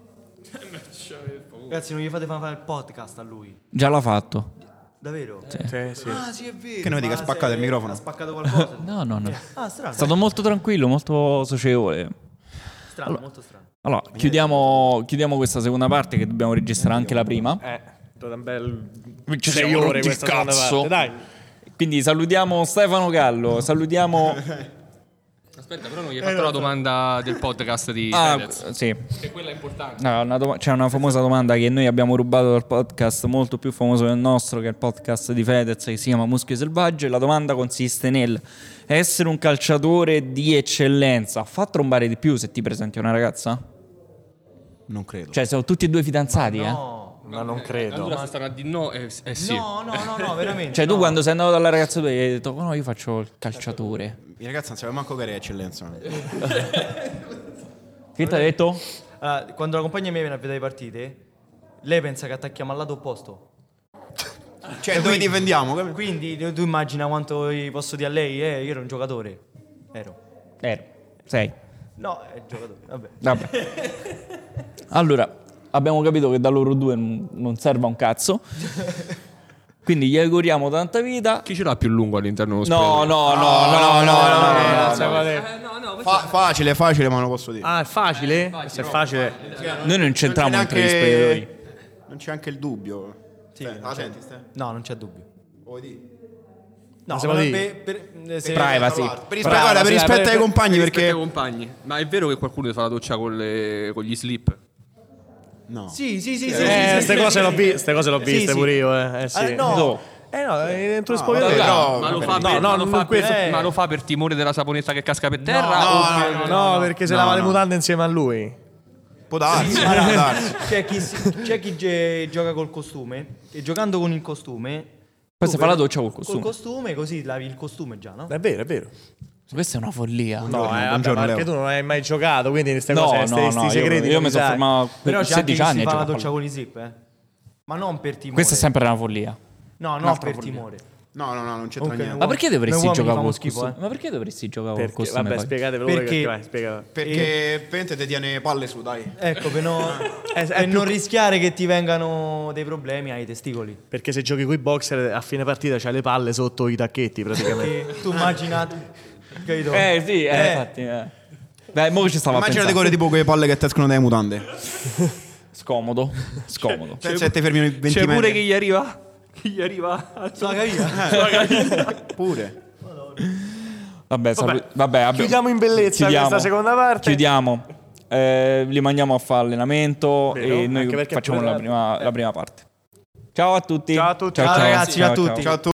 Speaker 8: Ragazzi, non gli fate fa- fare il podcast a lui.
Speaker 2: Già l'ha fatto.
Speaker 8: Davvero?
Speaker 4: Sì, sì.
Speaker 8: Ah, sì, è vero.
Speaker 9: Che non dica,
Speaker 8: ma
Speaker 9: ha spaccato
Speaker 8: se-
Speaker 9: il microfono.
Speaker 8: Ha spaccato qualcosa.
Speaker 2: No, no, no. È
Speaker 8: Ah, strano.
Speaker 2: stato molto tranquillo, molto socievole.
Speaker 8: Strano, molto strano.
Speaker 2: Allora, chiudiamo, chiudiamo questa seconda parte che dobbiamo registrare anche la prima.
Speaker 4: Eh, un bel...
Speaker 2: Ci
Speaker 4: sei
Speaker 2: siamo
Speaker 4: ore
Speaker 2: rotti il
Speaker 4: questa seconda parte, dai.
Speaker 2: Quindi salutiamo Stefano Gallo, salutiamo...
Speaker 10: Aspetta, però non gli hai fatto la domanda del podcast di
Speaker 2: Esatto. Ah,
Speaker 10: Fedez.
Speaker 2: sì.
Speaker 10: Che quella è importante.
Speaker 2: No, una doma- c'è una famosa domanda che noi abbiamo rubato dal podcast molto più famoso del nostro, che è il podcast di Fedez, che si chiama Muschio Selvaggio. E la domanda consiste nel essere un calciatore di eccellenza. Fa trombare di più se ti presenti una ragazza?
Speaker 9: Non credo.
Speaker 2: Cioè, sono tutti e due fidanzati, eh?
Speaker 8: No.
Speaker 4: Ma non
Speaker 10: Allora
Speaker 4: credo.
Speaker 10: se stanno a di no, eh, eh sì.
Speaker 8: No, no, no, no, veramente.
Speaker 2: Cioè, tu
Speaker 8: no.
Speaker 2: quando sei andato dalla ragazza tua gli hai detto, "Oh, no, io faccio il calciatore.
Speaker 9: I ragazzi non sapevano manco che era eccellenza.
Speaker 2: Che ti ha detto?
Speaker 8: Ah, quando la compagna mia viene a vedere le partite, lei pensa che attacchiamo al lato opposto.
Speaker 9: Cioè, dove difendiamo? capi-
Speaker 8: Quindi tu tu immagina quanto gli posso dire a lei, eh, io ero un giocatore. Ero.
Speaker 2: Eh, sei.
Speaker 8: No, è un giocatore. Vabbè.
Speaker 2: Vabbè. Allora, abbiamo capito che da loro due n- non serve un cazzo. Quindi gli auguriamo tanta vita.
Speaker 3: Chi ce l'ha più lungo all'interno dello
Speaker 2: No, no,
Speaker 3: spogliatoio?
Speaker 2: no, no, no, no, no, no,
Speaker 9: Fa- facile, facile, ma non lo posso dire.
Speaker 4: Ah, è facile? Questo è facile.
Speaker 2: no. Noi non c'entriamo
Speaker 9: Non c'è
Speaker 2: tra gli spogliatori.
Speaker 9: Non c'è anche il dubbio.
Speaker 8: Sì,
Speaker 9: Stai,
Speaker 8: non
Speaker 9: la
Speaker 8: c'è.
Speaker 9: senti, stai?
Speaker 8: No, non c'è dubbio.
Speaker 9: Vuoi dire?
Speaker 8: No,
Speaker 4: se lo
Speaker 8: per-
Speaker 4: dici?
Speaker 8: per- eh, se-
Speaker 2: Privacy.
Speaker 9: Per rispetto, guarda, per rispetto
Speaker 4: Eh,
Speaker 9: ai compagni,
Speaker 10: Rispetto ai
Speaker 9: perché...
Speaker 10: compagni. Ma è vero che qualcuno fa la doccia con, le- con gli slip?
Speaker 9: No.
Speaker 8: Sì, sì, sì, sì.
Speaker 4: Eh,
Speaker 8: sì,
Speaker 4: queste
Speaker 8: sì,
Speaker 4: cose
Speaker 8: sì,
Speaker 4: l'ho
Speaker 8: sì.
Speaker 4: viste, queste cose l'ho
Speaker 8: Sì,
Speaker 4: viste
Speaker 8: sì.
Speaker 4: pure io, eh. Eh, sì.
Speaker 8: Eh, no.
Speaker 4: Eh no, è dentro lo
Speaker 9: vabbè,
Speaker 4: spogliatoio.
Speaker 9: no,
Speaker 10: ma, lo
Speaker 9: vabbè.
Speaker 10: fa per,
Speaker 4: No, no,
Speaker 10: ma lo
Speaker 4: non
Speaker 10: fa per-
Speaker 4: questo-
Speaker 10: ma lo fa per timore della saponetta che casca per terra? o per-
Speaker 4: No, no, perché se
Speaker 9: no,
Speaker 4: lava le
Speaker 9: no.
Speaker 4: mutande insieme a lui.
Speaker 9: Può darsi, può darsi.
Speaker 8: C'è chi, si- c'è chi ge- gioca col costume e giocando con il costume...
Speaker 2: Poi
Speaker 8: tu
Speaker 2: si
Speaker 8: per-
Speaker 2: fa la doccia col costume.
Speaker 8: Col costume così lavi il costume già, no?
Speaker 4: È vero, è vero.
Speaker 2: Questa è una follia.
Speaker 4: No, eh, vabbè,
Speaker 9: buongiorno,
Speaker 4: ma anche
Speaker 9: Leo.
Speaker 4: tu non hai mai giocato, quindi queste
Speaker 2: no,
Speaker 4: cose,
Speaker 2: no,
Speaker 4: questi questi
Speaker 2: no,
Speaker 4: segreti.
Speaker 2: io, io
Speaker 4: non
Speaker 2: mi
Speaker 4: li
Speaker 2: sono
Speaker 4: sai.
Speaker 2: fermato
Speaker 8: Però
Speaker 2: per
Speaker 8: c'è anche
Speaker 2: 16
Speaker 8: chi
Speaker 2: anni.
Speaker 8: si
Speaker 2: a
Speaker 8: fa la
Speaker 2: giocare a
Speaker 8: doccia
Speaker 2: palla.
Speaker 8: con i zip, eh. Ma non per timore.
Speaker 2: Questa è sempre una follia.
Speaker 8: No, no,
Speaker 2: un'altra
Speaker 8: per
Speaker 2: follia.
Speaker 8: timore.
Speaker 9: No, no, no, non c'entra
Speaker 8: Comunque,
Speaker 9: niente.
Speaker 2: Ma perché dovresti
Speaker 8: uomini
Speaker 2: giocare
Speaker 8: fanno
Speaker 2: col
Speaker 8: schifo,
Speaker 2: costume?
Speaker 8: eh.
Speaker 2: Ma perché dovresti giocare col
Speaker 4: Perché,
Speaker 2: costume?
Speaker 4: vabbè,
Speaker 2: poi?
Speaker 4: spiegatevelo voi
Speaker 8: Perché-
Speaker 4: perché vai, spiegate.
Speaker 9: Perché Pente ti tiene palle su, dai.
Speaker 8: Ecco, per, non-
Speaker 4: È-
Speaker 8: per
Speaker 4: è più-
Speaker 8: non rischiare che ti vengano dei problemi ai testicoli.
Speaker 4: Perché se giochi coi boxer a fine partita c'hai le palle sotto i tacchetti praticamente.
Speaker 8: Perché tu immagina... Capito?
Speaker 2: Eh sì, eh,
Speaker 8: Eh.
Speaker 2: infatti. eh. Beh, mo ci stava
Speaker 9: Immaginate
Speaker 2: pensando.
Speaker 9: quelle tipo quelle palle che ti escono dalle mutande.
Speaker 2: Scomodo, scomodo.
Speaker 9: Cioè, se te fermi ogni 20
Speaker 2: C'è pure
Speaker 9: metri.
Speaker 2: chi gli arriva. Chi gli arriva.
Speaker 8: Sulla caviglia.
Speaker 9: Pure.
Speaker 2: Vabbè, salu- vabbè. abbiamo-
Speaker 4: Chiudiamo in bellezza
Speaker 2: Chiudiamo.
Speaker 4: questa seconda parte.
Speaker 2: Chiudiamo. Eh, li mandiamo a fare allenamento
Speaker 4: Vero,
Speaker 2: e noi
Speaker 4: anche perché è
Speaker 2: facciamo
Speaker 4: pure
Speaker 2: la
Speaker 4: tardi.
Speaker 2: prima, la prima parte. Ciao a tutti.
Speaker 4: Ciao a tutti.
Speaker 8: Ciao ragazzi, ciao a tutti.
Speaker 9: Ciao a tutti.